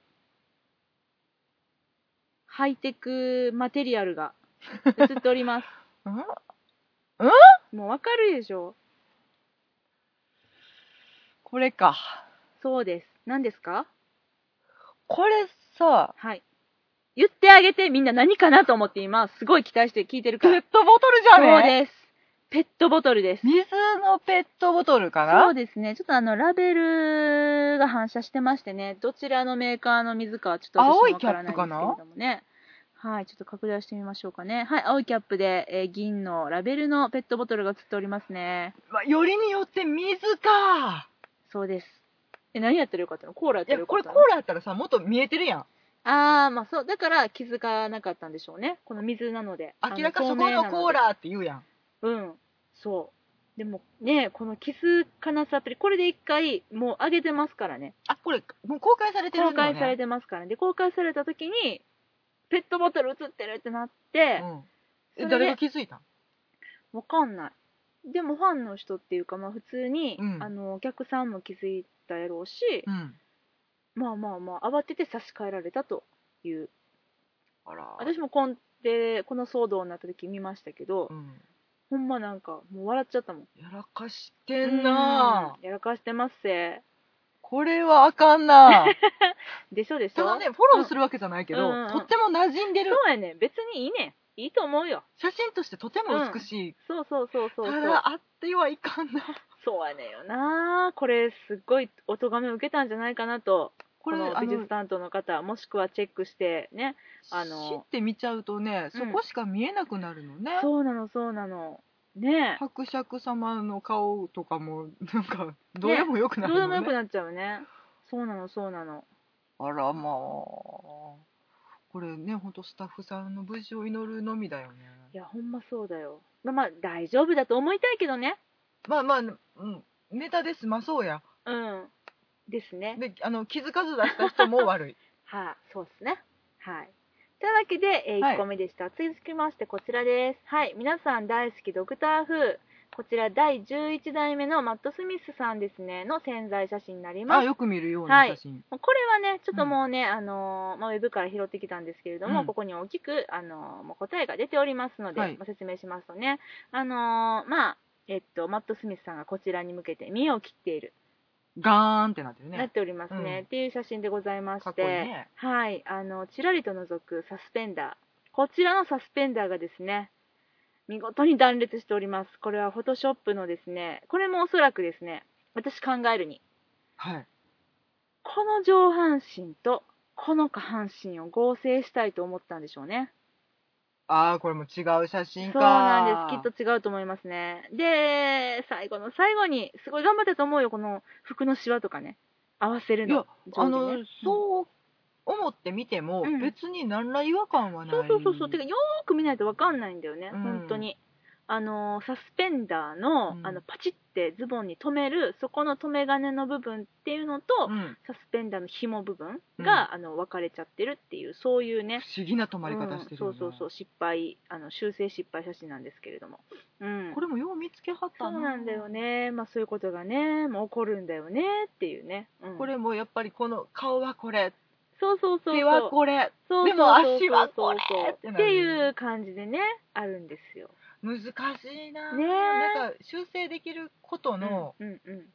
[SPEAKER 2] ハイテクマテリアルが映ってお ります。
[SPEAKER 1] ん
[SPEAKER 2] もうわかるでしょ
[SPEAKER 1] これか。
[SPEAKER 2] そうです。何ですか
[SPEAKER 1] これさ、
[SPEAKER 2] はい。言ってあげて、みんな何かなと思って今、すごい期待して聞いてる
[SPEAKER 1] ペ
[SPEAKER 2] か
[SPEAKER 1] ッ
[SPEAKER 2] ら。
[SPEAKER 1] トボトルじゃ
[SPEAKER 2] そう
[SPEAKER 1] ね
[SPEAKER 2] です。ペットボトルです。
[SPEAKER 1] 水のペットボトルかな
[SPEAKER 2] そうですね。ちょっとあの、ラベルが反射してましてね、どちらのメーカーの水かはちょっと私も
[SPEAKER 1] 青い
[SPEAKER 2] わからないんです
[SPEAKER 1] キ
[SPEAKER 2] け
[SPEAKER 1] ャ
[SPEAKER 2] れ
[SPEAKER 1] ップかな
[SPEAKER 2] どもね。はい、ちょっと拡大してみましょうかね。はい、青いキャップで、えー銀のラベルのペットボトルが映っておりますね。
[SPEAKER 1] まあよりによって水か。
[SPEAKER 2] そうです。え、何やったらよかったのコーラやっ
[SPEAKER 1] い
[SPEAKER 2] たら
[SPEAKER 1] や、
[SPEAKER 2] よ
[SPEAKER 1] こ
[SPEAKER 2] かっ
[SPEAKER 1] れ
[SPEAKER 2] た
[SPEAKER 1] コ
[SPEAKER 2] の
[SPEAKER 1] ーラやったらさ、もっと見えてるやん。
[SPEAKER 2] あー、まあそう、だから気づかなかったんでしょうね。この水なので。
[SPEAKER 1] 明らか
[SPEAKER 2] あ
[SPEAKER 1] そ
[SPEAKER 2] 透
[SPEAKER 1] こ
[SPEAKER 2] 明な
[SPEAKER 1] の
[SPEAKER 2] で
[SPEAKER 1] コーラって言うやん。
[SPEAKER 2] うん、そう。でもね、この気づかなさアプリ、これで一回もう上げてますからね。
[SPEAKER 1] あ、これ、もう公開されてる
[SPEAKER 2] 公
[SPEAKER 1] んだよ
[SPEAKER 2] 開
[SPEAKER 1] ね。
[SPEAKER 2] され
[SPEAKER 1] て
[SPEAKER 2] てますからね。で、公開された時に、ペットボトル映ってるってなって、
[SPEAKER 1] うん。え、
[SPEAKER 2] それで
[SPEAKER 1] 誰が気づいたん
[SPEAKER 2] わかんない。でもファンの人っていうか、まあ普通に、
[SPEAKER 1] うん
[SPEAKER 2] あの、お客さんも気づいたやろうし、
[SPEAKER 1] うん。
[SPEAKER 2] まあまあまあ、慌てて差し替えられたという。
[SPEAKER 1] あら。
[SPEAKER 2] 私もこんで、この騒動になった時見ましたけど、
[SPEAKER 1] うん。
[SPEAKER 2] ほんまなんか、もう笑っちゃったもん。
[SPEAKER 1] やらかしてんなぁ。
[SPEAKER 2] うんやらかしてますせ。
[SPEAKER 1] これはあかんなぁ。
[SPEAKER 2] でしょでしょ
[SPEAKER 1] そのね、フォローするわけじゃないけど、
[SPEAKER 2] うんうん
[SPEAKER 1] とっても馴染んでる。
[SPEAKER 2] そうやね。別にいいね。いいと思うよ。
[SPEAKER 1] 写真としてとても美しい。
[SPEAKER 2] そうそうそうそうそう。
[SPEAKER 1] ただ、あってはいか んな。
[SPEAKER 2] そうやねんよな。これ、すっごいお咎めを受けたんじゃないかなと、
[SPEAKER 1] こ
[SPEAKER 2] こ
[SPEAKER 1] れ、
[SPEAKER 2] の
[SPEAKER 1] あ
[SPEAKER 2] 美術
[SPEAKER 1] の、
[SPEAKER 2] 担当の方、もしくはチェックしてね。あの
[SPEAKER 1] 知って見ちゃうとね、そ
[SPEAKER 2] うん
[SPEAKER 1] こしか見えなくなるのね。
[SPEAKER 2] そうなの、そうなの。ねえ。
[SPEAKER 1] 伯爵様の顔とかも、 なんか、どうでもよくな
[SPEAKER 2] ど
[SPEAKER 1] るの
[SPEAKER 2] うでも
[SPEAKER 1] ね。
[SPEAKER 2] よくなっちゃうね。そうなの、そうなの。
[SPEAKER 1] あら、まあ。これね、ほんとスタッフさんの無事を祈るのみだよね。
[SPEAKER 2] いや、ほんまそうだよ。まあまあ、大丈夫だと思いたいけどね。
[SPEAKER 1] まあまあ、うん、ネタです、まあそうや。
[SPEAKER 2] うん。ですね。
[SPEAKER 1] で、あの、気づかず出した人も悪 い。
[SPEAKER 2] はい、そうですね。はい。というわけで、えー
[SPEAKER 1] はい
[SPEAKER 2] 1個目でした。続きまして、こちらです。はい、皆さん大好きドクター風。こちら、第11代目のマット・スミスさんですね、の潜在写真になりま
[SPEAKER 1] あ、
[SPEAKER 2] す。
[SPEAKER 1] よく見るような写真。
[SPEAKER 2] これはね、ちょっともうね、あのーまあ、ウェブから拾ってきたんですけれど
[SPEAKER 1] う
[SPEAKER 2] も、
[SPEAKER 1] ん
[SPEAKER 2] ここに大きく、あのーもう答えが出ておりますので、
[SPEAKER 1] はい
[SPEAKER 2] まあ説明しますとね、あのーまあ、えっと、マット・スミスさんがこちらに向けて見栄を切っている、
[SPEAKER 1] ガーンってなってる
[SPEAKER 2] なっ
[SPEAKER 1] ね。
[SPEAKER 2] ておりますね、
[SPEAKER 1] うん
[SPEAKER 2] っていう写真でございまして、
[SPEAKER 1] かっこいいね。
[SPEAKER 2] はい、あの、ちらりと覗くサスペンダー。こちらのサスペンダーがですね、見事に断裂しております。これはフォトショップのですね、これもおそらくですね、私考えるに、
[SPEAKER 1] はい。
[SPEAKER 2] この上半身とこの下半身を合成したいと思ったんでしょうね。
[SPEAKER 1] ああ、これも違う写真か。
[SPEAKER 2] そうなんです。きっと違うと思いますね。で、最後の最後に、すごい頑張ったと思うよ、この服のシワとかね、合わせる
[SPEAKER 1] いや
[SPEAKER 2] の。、
[SPEAKER 1] あ
[SPEAKER 2] 上
[SPEAKER 1] の
[SPEAKER 2] 下ね、
[SPEAKER 1] そう思ってみても、
[SPEAKER 2] うん
[SPEAKER 1] 別に何ら違和感はない。
[SPEAKER 2] そうそうそうそう。てか、よーく見ないとわかんないんだよね、
[SPEAKER 1] うん
[SPEAKER 2] 本当に。あのー、サスペンダーの、
[SPEAKER 1] うん
[SPEAKER 2] あの、パチってズボンに留める、そこの留め金の部分っていうのと、
[SPEAKER 1] うん、
[SPEAKER 2] サスペンダーの紐部分が、あの、分かれちゃってるっていう、そういうね。
[SPEAKER 1] 不思議な止まり方してるよ
[SPEAKER 2] う
[SPEAKER 1] ね、
[SPEAKER 2] んそうそうそう、失敗、あの、修正失敗写真なんですけれども。うん。
[SPEAKER 1] これもよう見つけはった
[SPEAKER 2] そう
[SPEAKER 1] な。
[SPEAKER 2] なんだよね。まあ、そういうことがね、もう起こるんだよね、っていうね。うん、
[SPEAKER 1] こ、れもやっぱりこの顔はこれ、
[SPEAKER 2] そうそうそうそう。
[SPEAKER 1] 手はこれ、
[SPEAKER 2] そう
[SPEAKER 1] で
[SPEAKER 2] そうそうそう
[SPEAKER 1] も足はこれってな
[SPEAKER 2] っ
[SPEAKER 1] る
[SPEAKER 2] ていう感じでね、あるんですよ。
[SPEAKER 1] 難しいな。
[SPEAKER 2] ねえ
[SPEAKER 1] なんか修正できることの
[SPEAKER 2] うんうん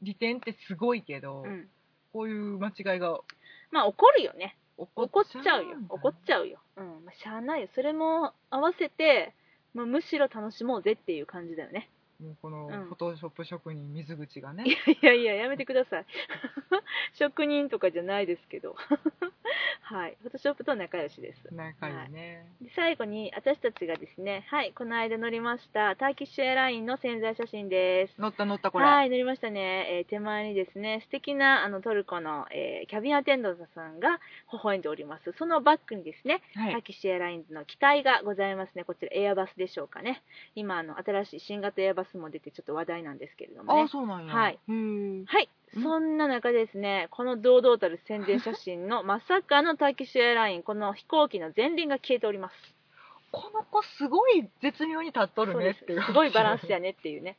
[SPEAKER 1] 利点ってすごいけど、
[SPEAKER 2] うんうん、
[SPEAKER 1] こういう間違いが
[SPEAKER 2] まあ怒るよね
[SPEAKER 1] 起こ
[SPEAKER 2] 怒っちゃうよ怒っち
[SPEAKER 1] ゃ
[SPEAKER 2] ゃうよ、うんまあ、しゃあないよそれも合わせて、まあ、むしろ楽しもうぜっていう感じだよね
[SPEAKER 1] う。もうこの
[SPEAKER 2] うん
[SPEAKER 1] フォトショップ職人水口 がね。
[SPEAKER 2] いやいややめてください 職人とかじゃないですけど はいフォトショップと仲良しです
[SPEAKER 1] 仲いいね。
[SPEAKER 2] で最後に私たちがですねはいこの間乗りましたターキッシュエアラインの潜在写真です
[SPEAKER 1] 乗った乗ったこれ。
[SPEAKER 2] はい、乗りましたね。えー手前にですね、素敵なあのトルコの、えーキャビンアテンダントさんが微笑んでおります。そのバックにですね、
[SPEAKER 1] はい
[SPEAKER 2] タキシエアラインズの機体がございますね。こちらエアバスでしょうかね。今あの新しい新型エアバスも出てちょっと話題なんですけれども
[SPEAKER 1] ああ、
[SPEAKER 2] ね。
[SPEAKER 1] そうなんや。
[SPEAKER 2] はい
[SPEAKER 1] へえ。
[SPEAKER 2] はい。
[SPEAKER 1] うん
[SPEAKER 2] そんな中ですね、この堂々たる宣伝写真のまさかのターキッシュエアライン、この飛行機の前輪が消えております。
[SPEAKER 1] この子すごい絶妙に立っとる
[SPEAKER 2] そう
[SPEAKER 1] ね
[SPEAKER 2] で
[SPEAKER 1] っ
[SPEAKER 2] す
[SPEAKER 1] ていう
[SPEAKER 2] すごいバランスやねっていうね、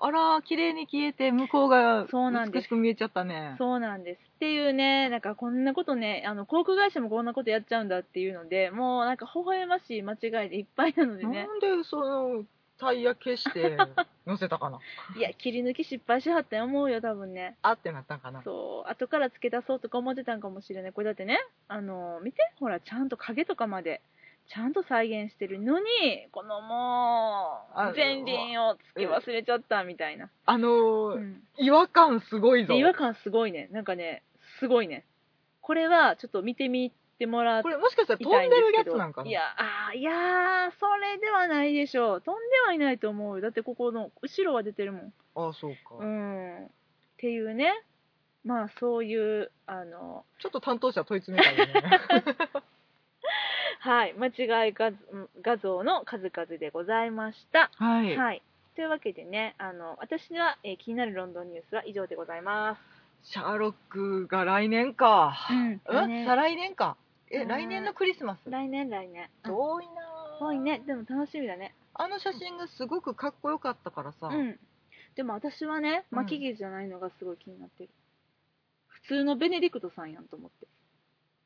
[SPEAKER 1] あら綺麗に消えて向こうが
[SPEAKER 2] そうなんで
[SPEAKER 1] 美
[SPEAKER 2] す
[SPEAKER 1] しく見えちゃったね
[SPEAKER 2] そうなんですっていうねなんかこんなことねあの航空会社もこんなことやっちゃうんだっていうのでもうなんか微笑ましい間違いでいっぱいなのでね
[SPEAKER 1] なんでそのタイヤ消 して乗せたかな
[SPEAKER 2] いや切り抜き失敗しはったんや思うよ多分ね
[SPEAKER 1] あってなったんかな
[SPEAKER 2] そう後から付け出そうとか思ってたんかもしれないこれだってねあの見てほらちゃんと影とかまでちゃんと再現してるのにこのも
[SPEAKER 1] あ
[SPEAKER 2] う前輪を付け忘れちゃったみたいな、
[SPEAKER 1] あのー
[SPEAKER 2] うん
[SPEAKER 1] 違和感すごいぞ
[SPEAKER 2] で違和感すごいねなんかねすごいねこれはちょっと見てみてもらっ
[SPEAKER 1] これもしかしたら
[SPEAKER 2] い
[SPEAKER 1] 飛
[SPEAKER 2] たい
[SPEAKER 1] ん
[SPEAKER 2] ん
[SPEAKER 1] で
[SPEAKER 2] で
[SPEAKER 1] る
[SPEAKER 2] す
[SPEAKER 1] や
[SPEAKER 2] け
[SPEAKER 1] つ
[SPEAKER 2] ど
[SPEAKER 1] なんかない
[SPEAKER 2] やあーいやーそれではないでしょう飛んではいないと思うよだってここの後ろは出てるもん
[SPEAKER 1] ああそうか、
[SPEAKER 2] うんっていうねまあそういうあの
[SPEAKER 1] ちょっと担当者問い詰めたよ ね
[SPEAKER 2] はい間違い画像画像の数々でございました
[SPEAKER 1] は
[SPEAKER 2] はい、
[SPEAKER 1] い、
[SPEAKER 2] というわけでねあの私は、えー気になるロンドンニュースは以上でございま
[SPEAKER 1] シャーロックが来年か、
[SPEAKER 2] す、うん
[SPEAKER 1] うん
[SPEAKER 2] ね
[SPEAKER 1] 再来年かえ
[SPEAKER 2] うん
[SPEAKER 1] 来年のクリスマス
[SPEAKER 2] 来年来年うん
[SPEAKER 1] 遠いな
[SPEAKER 2] 遠いねでも楽しみだね
[SPEAKER 1] あの写真がすごくかっこよかったからさ、
[SPEAKER 2] うん、でも私はね
[SPEAKER 1] うん
[SPEAKER 2] 巻き毛じゃないのがすごい気になってる、普通のベネディクトさんやんと思って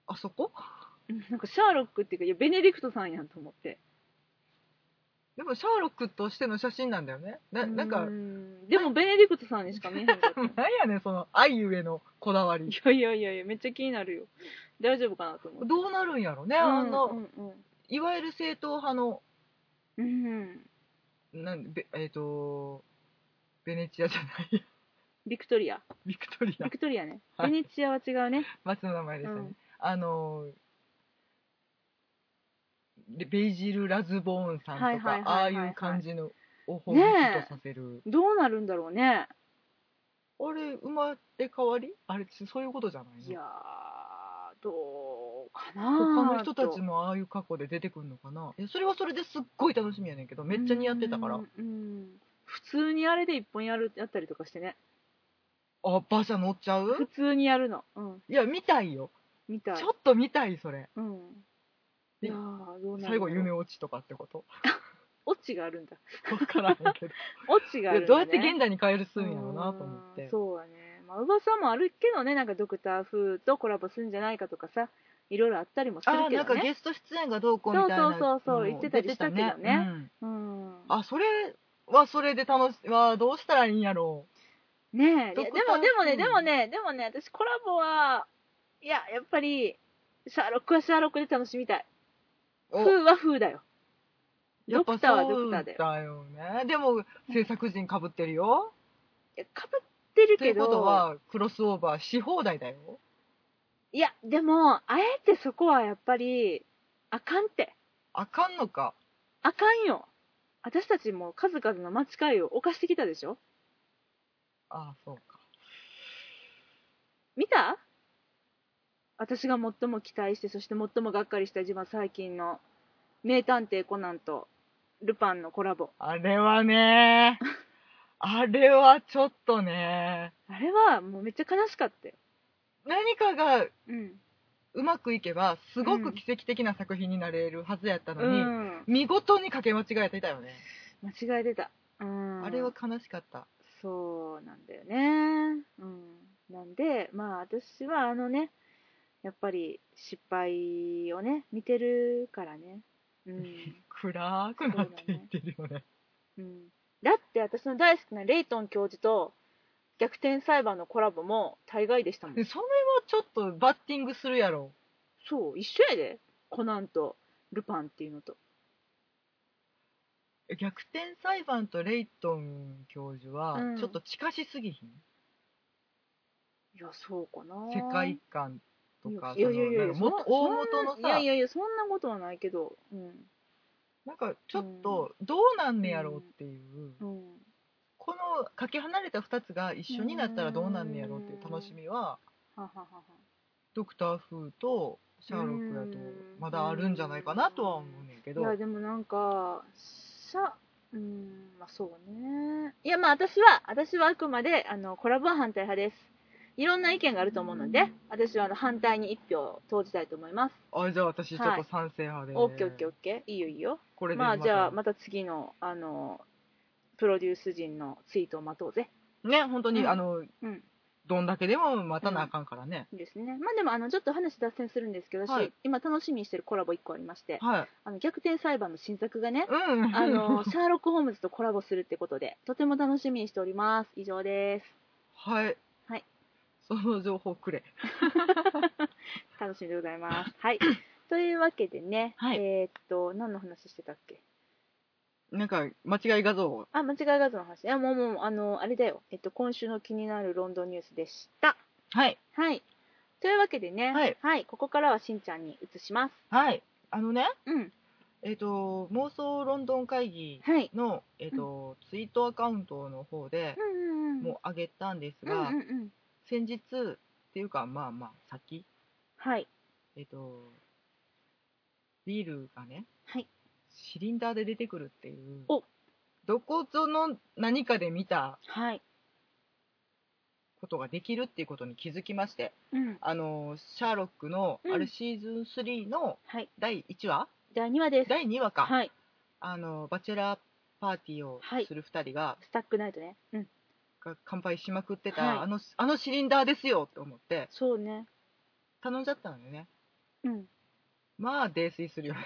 [SPEAKER 1] あそこ
[SPEAKER 2] うん なんかシャーロックっていうかいやベネディクトさんやんと思って
[SPEAKER 1] でもシャーロックとしての写真なんだよねななんか
[SPEAKER 2] うーんでもベネディクトさんにしか見えへんかった
[SPEAKER 1] なんやねんその愛ゆえのこだわり
[SPEAKER 2] いやいやいやいやめっちゃ気になるよ大丈夫かなと思って
[SPEAKER 1] どうなるんやろね、あ
[SPEAKER 2] う
[SPEAKER 1] の
[SPEAKER 2] ん
[SPEAKER 1] いわゆる正統派の
[SPEAKER 2] うんうん、うん、
[SPEAKER 1] なんべえっ、とベネチアじゃない
[SPEAKER 2] ビクトリア
[SPEAKER 1] ビクトリア
[SPEAKER 2] ビクトリアね、
[SPEAKER 1] はい
[SPEAKER 2] ベネチアは違うね
[SPEAKER 1] 町の名前でしたね、
[SPEAKER 2] うん
[SPEAKER 1] あのでベイジル・ラズボーンさんとか、
[SPEAKER 2] はいはいはいはいはい
[SPEAKER 1] ああいう感じのをほうふとさせる、
[SPEAKER 2] どうなるんだろうね
[SPEAKER 1] あれ生まれ変わりあれそういうことじゃないの
[SPEAKER 2] いやーどうかな
[SPEAKER 1] 他の人たち
[SPEAKER 2] も
[SPEAKER 1] もああいう過去で出てくるのかないやそれはそれですっごい楽しみやねんけどめっちゃ似合ってたから
[SPEAKER 2] うんうん普通にあれで一本やるやったりとかしてね
[SPEAKER 1] あ馬車乗っちゃ
[SPEAKER 2] 普
[SPEAKER 1] う
[SPEAKER 2] 通にやるの、うん、
[SPEAKER 1] いや見たいよ
[SPEAKER 2] みたい
[SPEAKER 1] ちょっと見たいそれ
[SPEAKER 2] うん、い
[SPEAKER 1] で
[SPEAKER 2] やーどうなる
[SPEAKER 1] 最後夢
[SPEAKER 2] を
[SPEAKER 1] 落ちとかって こと
[SPEAKER 2] オチがあるんだ
[SPEAKER 1] 分からんけど
[SPEAKER 2] オチ
[SPEAKER 1] い
[SPEAKER 2] があ
[SPEAKER 1] や
[SPEAKER 2] るんだ、
[SPEAKER 1] ど
[SPEAKER 2] ね、
[SPEAKER 1] うやって現代に変えるすんやろうなと思って
[SPEAKER 2] うんそうだねまあ噂もあるけどねなんかドクター風とコラボするんじゃないかとかさいろいろあったりもする
[SPEAKER 1] あー
[SPEAKER 2] け
[SPEAKER 1] なん
[SPEAKER 2] ど
[SPEAKER 1] か
[SPEAKER 2] ね
[SPEAKER 1] ゲスト出演がどうこうみたいな
[SPEAKER 2] そうそうそうそう
[SPEAKER 1] のも
[SPEAKER 2] 言ってたりしたけどね
[SPEAKER 1] 出てたうん
[SPEAKER 2] うん
[SPEAKER 1] あそれはそれで楽しはどうしたらいいんやろ
[SPEAKER 2] ねえいやで
[SPEAKER 1] ド
[SPEAKER 2] も
[SPEAKER 1] クター
[SPEAKER 2] でも
[SPEAKER 1] う
[SPEAKER 2] ね
[SPEAKER 1] ん
[SPEAKER 2] でもねでもね私コラボはいややっぱりシャーロックはシャーロックで楽しみたいう
[SPEAKER 1] お
[SPEAKER 2] 風は風だよ
[SPEAKER 1] やっぱ
[SPEAKER 2] ドクターは
[SPEAKER 1] そう
[SPEAKER 2] ドクター
[SPEAKER 1] だよねでも制作陣かぶってるよ
[SPEAKER 2] いやかぶってる
[SPEAKER 1] とい
[SPEAKER 2] け
[SPEAKER 1] うこ
[SPEAKER 2] ど
[SPEAKER 1] とはクロスオーバーし放題だよ
[SPEAKER 2] いやでもあえてそこはやっぱりあかんって
[SPEAKER 1] あかんのか
[SPEAKER 2] あかんよ私たちも数々の間違いを犯してきたでしょ
[SPEAKER 1] あそうか
[SPEAKER 2] 見た私が最も期待してそして最もがっかりした一番最近の「名探偵コナン」と「ルパン」のコラボ
[SPEAKER 1] あれはねあれはちょっとね
[SPEAKER 2] あれはもうめっちゃ悲しかったよ
[SPEAKER 1] 何かが
[SPEAKER 2] うん、
[SPEAKER 1] うまくいけばすごく奇跡的な作品になれるはずやったの
[SPEAKER 2] う
[SPEAKER 1] に、
[SPEAKER 2] ん、
[SPEAKER 1] 見事にかけ間違えていたよね、
[SPEAKER 2] 間違えてた、うん、
[SPEAKER 1] あれは悲しかった
[SPEAKER 2] そうなんだよね。うん、なんで、まあ私はあのね、やっぱり失敗をね、見てるからね。 うん。
[SPEAKER 1] 暗くなっていってるよね
[SPEAKER 2] うん、だって私の大好きなレイトン教授と逆転裁判のコラボも大概でしたもん
[SPEAKER 1] で。それはちょっとバッティングするやろ
[SPEAKER 2] そう、一緒やで。コナンとルパンっていうのと。
[SPEAKER 1] 逆転裁判とレイトン教授は
[SPEAKER 2] うん
[SPEAKER 1] ちょっと近しすぎひん、
[SPEAKER 2] いや、そうかな。
[SPEAKER 1] 世界観とか
[SPEAKER 2] いやいやいやい
[SPEAKER 1] そのなんかも
[SPEAKER 2] や、そんな
[SPEAKER 1] 大元の
[SPEAKER 2] そんないや
[SPEAKER 1] さ
[SPEAKER 2] いやいや、そんなことはないけど。うん。
[SPEAKER 1] なんかちょっとどうなんねやろうっていう、
[SPEAKER 2] うん
[SPEAKER 1] このかけ離れた2つが一緒になったらどうなんねやろうっていう楽しみは
[SPEAKER 2] はははは。
[SPEAKER 1] ドクター風とシャーロックやとまだあるんじゃないかなとは思うねんけど
[SPEAKER 2] いやでもなんかしゃうーんまあそうねいやまあ私は私はあくまであのコラボは反対派ですいろんな意見があると思うので、私はあの反対に1票投じたいと思います。
[SPEAKER 1] あじゃあ私ちょっと賛成派で、
[SPEAKER 2] オッケーオッケーオッケー。いいよいいよ。
[SPEAKER 1] これで
[SPEAKER 2] まあじゃあ
[SPEAKER 1] ま
[SPEAKER 2] また次の、あの、プロデュース陣のツイートを待とうぜ。
[SPEAKER 1] たね本当に、
[SPEAKER 2] うん
[SPEAKER 1] あの
[SPEAKER 2] うん。
[SPEAKER 1] どんだけでも待たなあかんからね、
[SPEAKER 2] いいですね。まあでもあの、ちょっと話脱線するんですけど、私、
[SPEAKER 1] はい
[SPEAKER 2] 今楽しみにしてるコラボ1個ありまして、
[SPEAKER 1] はい
[SPEAKER 2] あの、逆転裁判の新作がね、
[SPEAKER 1] うん
[SPEAKER 2] あ の、シャーロック・ホームズとコラボするってことで、とても楽しみにしております。以上です。
[SPEAKER 1] はい
[SPEAKER 2] はい
[SPEAKER 1] その情報くれ
[SPEAKER 2] 楽しみでございます。 はい。というわけでね、
[SPEAKER 1] はい
[SPEAKER 2] えーっと、何の話してたっけ
[SPEAKER 1] なんか間違い画像を
[SPEAKER 2] あ、間違い画像の話。いや、もう、もう、あの、あれだよ。えっと、今週の気になるロンドンニュースでした。
[SPEAKER 1] はい
[SPEAKER 2] はい。というわけでね、
[SPEAKER 1] はい
[SPEAKER 2] ここからはしんちゃんに移します。
[SPEAKER 1] はいあのね
[SPEAKER 2] うん。
[SPEAKER 1] えっ、と妄想ロンドン会議
[SPEAKER 2] はい。
[SPEAKER 1] の、えっとツイートアカウントの方で
[SPEAKER 2] うんうんうん。
[SPEAKER 1] もう上げたんです
[SPEAKER 2] う、ん
[SPEAKER 1] が、
[SPEAKER 2] うんうん。
[SPEAKER 1] 先日っていうかまあまあ先
[SPEAKER 2] はい。
[SPEAKER 1] えっ、とビールがね、
[SPEAKER 2] はい
[SPEAKER 1] シリンダーで出てくるっていう
[SPEAKER 2] お
[SPEAKER 1] どこぞの何かで見た
[SPEAKER 2] はい。
[SPEAKER 1] ことができるっていうことに気づきまして
[SPEAKER 2] うん。
[SPEAKER 1] あのシャーロックの、
[SPEAKER 2] うん
[SPEAKER 1] あれシーズン3の
[SPEAKER 2] はい。
[SPEAKER 1] 第1話
[SPEAKER 2] 第2話です。
[SPEAKER 1] 第2話か、
[SPEAKER 2] はい。
[SPEAKER 1] あのバチェラーパーティーを
[SPEAKER 2] はい
[SPEAKER 1] する2人が、
[SPEAKER 2] スタックナイトね。うん。
[SPEAKER 1] が乾杯しまくってた、
[SPEAKER 2] はい
[SPEAKER 1] あのあのシリンダーですよと思って
[SPEAKER 2] そうね。
[SPEAKER 1] 頼んじゃったんだよね
[SPEAKER 2] うん。
[SPEAKER 1] まあ泥酔するよね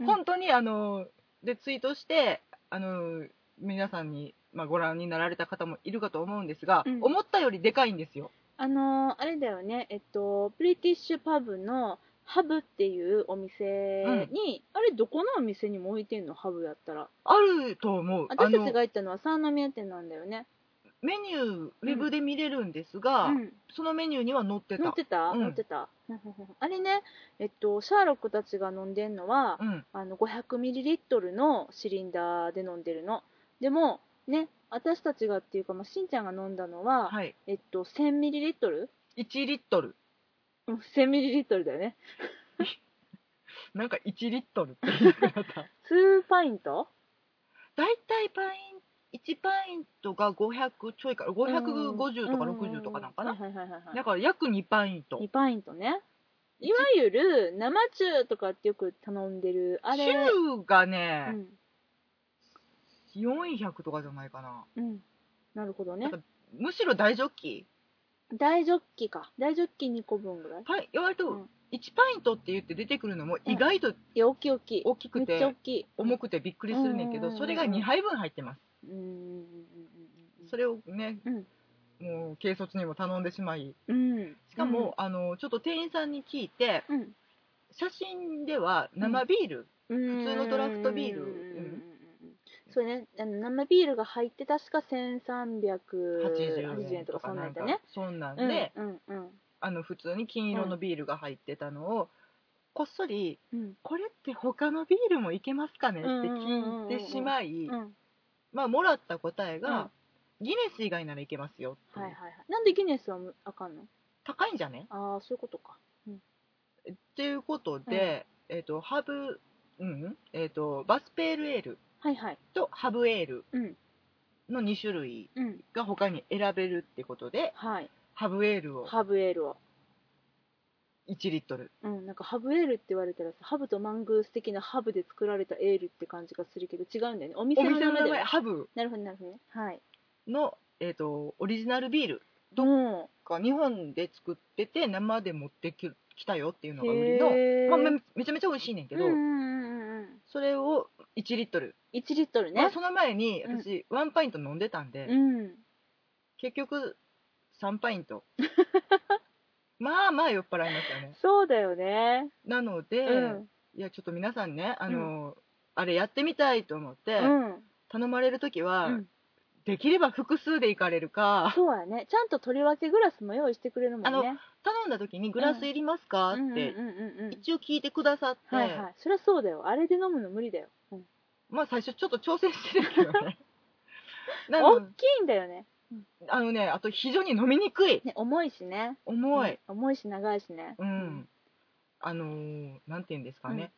[SPEAKER 2] うん
[SPEAKER 1] 本当にあのでツイートしてあの皆さんに、まあ、ご覧になられた方もいるかと思うんですが、
[SPEAKER 2] うん
[SPEAKER 1] 思ったよりでかいんですよ
[SPEAKER 2] あのーあれだよね、えっと、ブリティッシュパブのハブっていうお店に、あれ、どこのお店にも置いてんの、ハブやったら。
[SPEAKER 1] あると思うあ
[SPEAKER 2] 私た
[SPEAKER 1] の
[SPEAKER 2] ちが行ったのは三宮店なんだよね。
[SPEAKER 1] メニューウェブで見れるんですが、
[SPEAKER 2] うん、
[SPEAKER 1] そのメニューには載ってた
[SPEAKER 2] 乗ってた、
[SPEAKER 1] うん
[SPEAKER 2] 乗ってた。 あれね、えっと、シャーロックたちが飲んでんのは、
[SPEAKER 1] うん
[SPEAKER 2] あの 500ml のシリンダーで飲んでるの。でも、ね、私たちがっていうか、まあ、しんちゃんが飲んだのは、
[SPEAKER 1] はい
[SPEAKER 2] えっと、1000ml?1000ml
[SPEAKER 1] 1リットル
[SPEAKER 2] だよね。
[SPEAKER 1] なんか1リットルって言い方
[SPEAKER 2] 2パイント
[SPEAKER 1] 大体パイン1パイントが500ちょいから550とか60とかなんか
[SPEAKER 2] う
[SPEAKER 1] な
[SPEAKER 2] うはいはいはいはい
[SPEAKER 1] だから約2パイント
[SPEAKER 2] 2パイントねいわゆる生中とかってよく頼んでるあ
[SPEAKER 1] シ
[SPEAKER 2] れ、
[SPEAKER 1] ューが
[SPEAKER 2] う
[SPEAKER 1] ね、
[SPEAKER 2] ん
[SPEAKER 1] 400とかじゃないかな
[SPEAKER 2] うん、なるほどね
[SPEAKER 1] なんむしろ大ジョッキ
[SPEAKER 2] 大ジョッキか大ジョッキ2個分ぐらい
[SPEAKER 1] パイ割と
[SPEAKER 2] うん
[SPEAKER 1] 1パイントって言って出てくるのも意外と
[SPEAKER 2] いや大きい大きい
[SPEAKER 1] 大き
[SPEAKER 2] め
[SPEAKER 1] く
[SPEAKER 2] っちゃ
[SPEAKER 1] て
[SPEAKER 2] 大きい
[SPEAKER 1] 重くてびっくりするねんけ
[SPEAKER 2] うん
[SPEAKER 1] どそれが2杯分入ってます
[SPEAKER 2] うんうんうん
[SPEAKER 1] それをね
[SPEAKER 2] うん
[SPEAKER 1] もう軽率にも頼んでしまい
[SPEAKER 2] うんうん
[SPEAKER 1] しかもあのちょっと店員さんに聞いて
[SPEAKER 2] うん
[SPEAKER 1] 写真では生ビール
[SPEAKER 2] 普
[SPEAKER 1] 通のドラフトビール
[SPEAKER 2] そうねあの生ビールが入って確か1380
[SPEAKER 1] 80
[SPEAKER 2] 円
[SPEAKER 1] 円
[SPEAKER 2] と
[SPEAKER 1] と
[SPEAKER 2] か
[SPEAKER 1] か
[SPEAKER 2] そんな
[SPEAKER 1] な
[SPEAKER 2] んやっ
[SPEAKER 1] ん
[SPEAKER 2] た
[SPEAKER 1] か
[SPEAKER 2] ね
[SPEAKER 1] そんなんで
[SPEAKER 2] うんうん
[SPEAKER 1] あの普通に金色のビールが入ってたのをこっそり
[SPEAKER 2] うん
[SPEAKER 1] これって他のビールもいけますかねって聞いてしまい
[SPEAKER 2] うん
[SPEAKER 1] まあもらった答えが、ギネス以外ならいけますよっていう
[SPEAKER 2] はいはいはい。なんでギネスはむあかんの
[SPEAKER 1] 高いんじゃね
[SPEAKER 2] ああ、そういうことか。
[SPEAKER 1] っていうことで、えっとハブ、うんえっとバスペールエール
[SPEAKER 2] はいはい。
[SPEAKER 1] とハブエール
[SPEAKER 2] うん。
[SPEAKER 1] の2種類
[SPEAKER 2] うん。
[SPEAKER 1] が他に選べるってことで
[SPEAKER 2] はい。
[SPEAKER 1] ハブエールを
[SPEAKER 2] ハブエールを。
[SPEAKER 1] 1リットル
[SPEAKER 2] うん。なんかハブエールって言われたらさ、ハブとマングース的なハブで作られたエールって感じがするけど、違うんだよね。お店
[SPEAKER 1] お
[SPEAKER 2] の
[SPEAKER 1] 店
[SPEAKER 2] 名
[SPEAKER 1] の名
[SPEAKER 2] 前だよ
[SPEAKER 1] 前
[SPEAKER 2] ね。
[SPEAKER 1] ハブ
[SPEAKER 2] なるほどなるほどね。はい。
[SPEAKER 1] の、えっとオリジナルビール
[SPEAKER 2] どうも
[SPEAKER 1] が日本で作ってて生で持ってき来たよっていうのが売りの、
[SPEAKER 2] へー
[SPEAKER 1] まあ、めめちゃめちゃ美味しいねんけど、
[SPEAKER 2] うんうんうんうん。
[SPEAKER 1] それを1リットル
[SPEAKER 2] 1リットル
[SPEAKER 1] ま
[SPEAKER 2] ね
[SPEAKER 1] あ、。その前に
[SPEAKER 2] うん
[SPEAKER 1] 私、ワンパイント飲んでたんで、
[SPEAKER 2] うん。
[SPEAKER 1] 結局3パイントまあまあ酔っ払いましたよね
[SPEAKER 2] そうだよね。
[SPEAKER 1] なので、
[SPEAKER 2] うん。
[SPEAKER 1] いやちょっと皆さんねあの、あれやってみたいと思って、
[SPEAKER 2] うん。
[SPEAKER 1] 頼まれる時は、
[SPEAKER 2] うん
[SPEAKER 1] できれば複数で行かれるか
[SPEAKER 2] そうやね。ちゃんと取り分けグラスも用意してくれるもんね。
[SPEAKER 1] あの頼んだ時にグラスいりますか、
[SPEAKER 2] うん
[SPEAKER 1] っ
[SPEAKER 2] うん
[SPEAKER 1] て
[SPEAKER 2] うんうんうん。
[SPEAKER 1] 一応聞いてくださって、
[SPEAKER 2] はいはい。そりゃそうだよ。あれで飲むの無理だよ。うん
[SPEAKER 1] まあ最初ちょっと挑戦してるけど ねな
[SPEAKER 2] 大
[SPEAKER 1] の
[SPEAKER 2] きいんだよね。
[SPEAKER 1] あのねあと非常に飲みにくい
[SPEAKER 2] ね、重いしね。
[SPEAKER 1] 重い、
[SPEAKER 2] うん重いし長いしね。
[SPEAKER 1] うん、あのーなんて言うんですかね、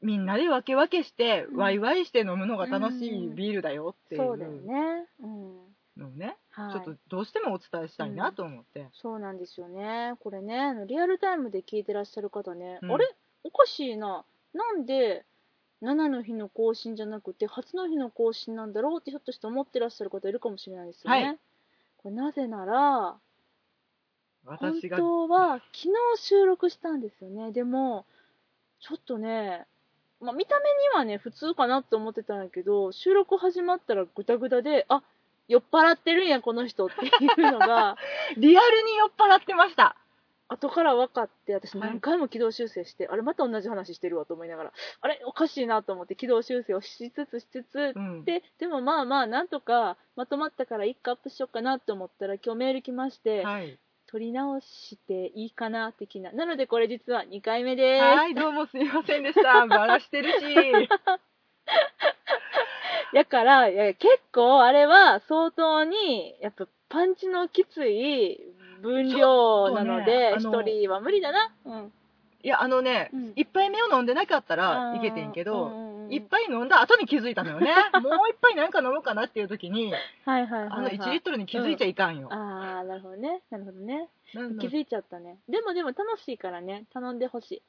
[SPEAKER 1] みんなで分け分けして、
[SPEAKER 2] うん
[SPEAKER 1] ワイワイして飲むのが楽し
[SPEAKER 2] う
[SPEAKER 1] い
[SPEAKER 2] ん
[SPEAKER 1] ビールだよってい
[SPEAKER 2] そうだよ
[SPEAKER 1] う
[SPEAKER 2] ね。うん。
[SPEAKER 1] のをね、
[SPEAKER 2] はい、
[SPEAKER 1] ちょっとどうしてもお伝えしたいなと思って、
[SPEAKER 2] そうなんですよね。これね、あのリアルタイムで聞いてらっしゃる方ね、
[SPEAKER 1] うん
[SPEAKER 2] あれおかしいな。なんで、7の日の更新じゃなくて、8の日の更新なんだろうってひょっとして思ってらっしゃる方いるかもしれないですよね。
[SPEAKER 1] はい
[SPEAKER 2] これなぜなら、本
[SPEAKER 1] 私が
[SPEAKER 2] 当は昨日収録したんですよね。でも、ちょっとね、まあ、見た目にはね、普通かなって思ってたんだけど、収録始まったらグダグダで、あ酔っ払ってるんや、この人っていう のが、
[SPEAKER 1] リアルに酔っ払ってました
[SPEAKER 2] 後から分かって、私
[SPEAKER 1] はい
[SPEAKER 2] 何回も軌道修正して、あれまた同じ話してるわと思いながら、あれおかしいなと思って軌道修正をしつつしつつ、
[SPEAKER 1] うん
[SPEAKER 2] で、でもまあまあなんとかまとまったから一個アップしようかなと思ったら今日メール来まして、
[SPEAKER 1] はい、
[SPEAKER 2] 撮り直していいかな的な。なのでこれ実は2回目です。
[SPEAKER 1] はい、どうもすいませんでした。バラして るし。
[SPEAKER 2] だから、いや結構あれは相当に、やっぱパンチのきつい分量なので、
[SPEAKER 1] ち
[SPEAKER 2] 一、
[SPEAKER 1] ょっとねあの
[SPEAKER 2] 人は無理だな。うん。
[SPEAKER 1] いや、あのね、
[SPEAKER 2] うん
[SPEAKER 1] 一杯目を飲んでなかったらいけてんけ
[SPEAKER 2] う
[SPEAKER 1] ど、
[SPEAKER 2] んうんうん
[SPEAKER 1] 一杯飲んだ後に気づいたの よね。もう一杯なんか飲もうかなっていう時に、
[SPEAKER 2] はいはいはい、
[SPEAKER 1] あの
[SPEAKER 2] はい。
[SPEAKER 1] 1リットルに気づいちゃいかんよ。
[SPEAKER 2] ああ、なるほどね。なるほどね。
[SPEAKER 1] なんだ
[SPEAKER 2] 気づいちゃったね。でもでも楽しいからね。頼んでほし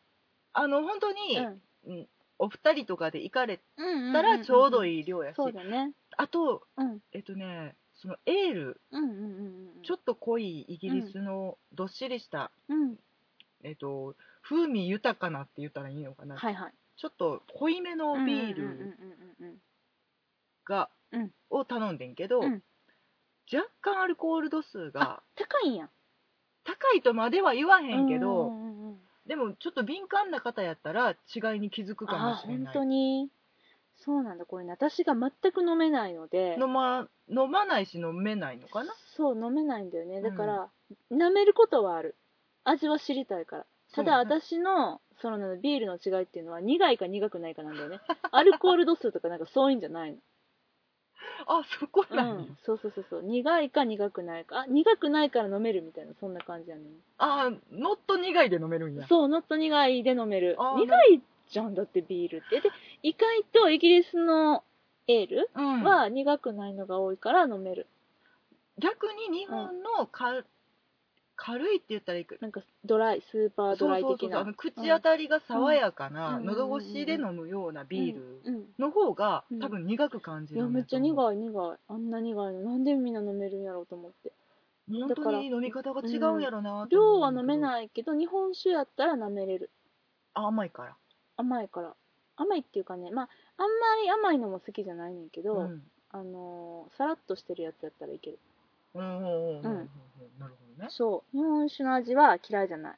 [SPEAKER 1] あの、本当
[SPEAKER 2] い。
[SPEAKER 1] に、
[SPEAKER 2] うん。
[SPEAKER 1] お二人とかで行かれ
[SPEAKER 2] うん
[SPEAKER 1] たらちょうど
[SPEAKER 2] い
[SPEAKER 1] いい量やし、
[SPEAKER 2] そうだね。
[SPEAKER 1] あと、
[SPEAKER 2] うん。
[SPEAKER 1] えっとね、そのエール、
[SPEAKER 2] うんうんうんうん。
[SPEAKER 1] ちょっと濃いイギリスのどっしりした、
[SPEAKER 2] うん。
[SPEAKER 1] えっと、風味豊かなって言ったらいいのかな、
[SPEAKER 2] はいはい。
[SPEAKER 1] ちょっと濃いめのビー
[SPEAKER 2] うんうん
[SPEAKER 1] ル
[SPEAKER 2] うんうん
[SPEAKER 1] が、
[SPEAKER 2] うん
[SPEAKER 1] を頼んでんけど、
[SPEAKER 2] うん
[SPEAKER 1] 若干アルコール度数が
[SPEAKER 2] 高いんや。
[SPEAKER 1] 高いとまでは言わへんけど、
[SPEAKER 2] うんうんうんうん
[SPEAKER 1] でもちょっと敏感な方やったら違いに気づくか
[SPEAKER 2] ああ、
[SPEAKER 1] もしれ
[SPEAKER 2] 本
[SPEAKER 1] ない
[SPEAKER 2] 当に。そうなんだ。これね、私が全く飲めないので。
[SPEAKER 1] 飲ま飲まないし飲めないのかな
[SPEAKER 2] そう、飲めないんだよね。
[SPEAKER 1] ん
[SPEAKER 2] だから、舐めることはある。味は知りたいから。ただ
[SPEAKER 1] そうね
[SPEAKER 2] 私の、そのビールの違いっていうのは苦いか苦くないかなんだよね。 アルコール度数とかなんかそういうんじゃないの。
[SPEAKER 1] あそこ
[SPEAKER 2] う
[SPEAKER 1] なんや、
[SPEAKER 2] ん、そうそうそうそう苦いか苦くないかあ苦くないから飲めるみたいなそんな感じやね
[SPEAKER 1] あノット苦いで飲めるんや
[SPEAKER 2] そうノット苦いで飲める
[SPEAKER 1] あー
[SPEAKER 2] 苦いじゃんだってビールってで意外とイギリスのエール
[SPEAKER 1] うん
[SPEAKER 2] は苦くないのが多いから飲める、
[SPEAKER 1] 逆に日本のか、軽いって言ったらいいけど
[SPEAKER 2] なんかドライスーパード
[SPEAKER 1] そう
[SPEAKER 2] ライ
[SPEAKER 1] そうそ
[SPEAKER 2] 的
[SPEAKER 1] うそうあ
[SPEAKER 2] な
[SPEAKER 1] の口当たりが爽やかな、
[SPEAKER 2] うん
[SPEAKER 1] 喉越しで飲むようなビール、
[SPEAKER 2] うん、うん
[SPEAKER 1] の方が
[SPEAKER 2] うん
[SPEAKER 1] 多分苦く感じ
[SPEAKER 2] い
[SPEAKER 1] る
[SPEAKER 2] や
[SPEAKER 1] ん
[SPEAKER 2] め
[SPEAKER 1] だ
[SPEAKER 2] っち
[SPEAKER 1] と
[SPEAKER 2] ゃ
[SPEAKER 1] 思う、
[SPEAKER 2] 苦い苦いあんな苦いのなんでみんな飲めるんやろうと思って
[SPEAKER 1] 本当に飲み方が違うんやろなと
[SPEAKER 2] 量
[SPEAKER 1] 思
[SPEAKER 2] は
[SPEAKER 1] うんだけど
[SPEAKER 2] 飲めないけど日本酒やったら舐めれる
[SPEAKER 1] あ甘いから、
[SPEAKER 2] 甘いから甘いっていうかねまああんまり甘いのも好きじゃないねんけど、
[SPEAKER 1] うん
[SPEAKER 2] あのーさらっとしてるやつやったらいける
[SPEAKER 1] うんうんうんうんうん
[SPEAKER 2] うん
[SPEAKER 1] なるほどね、
[SPEAKER 2] そう日本酒の味は嫌いじゃない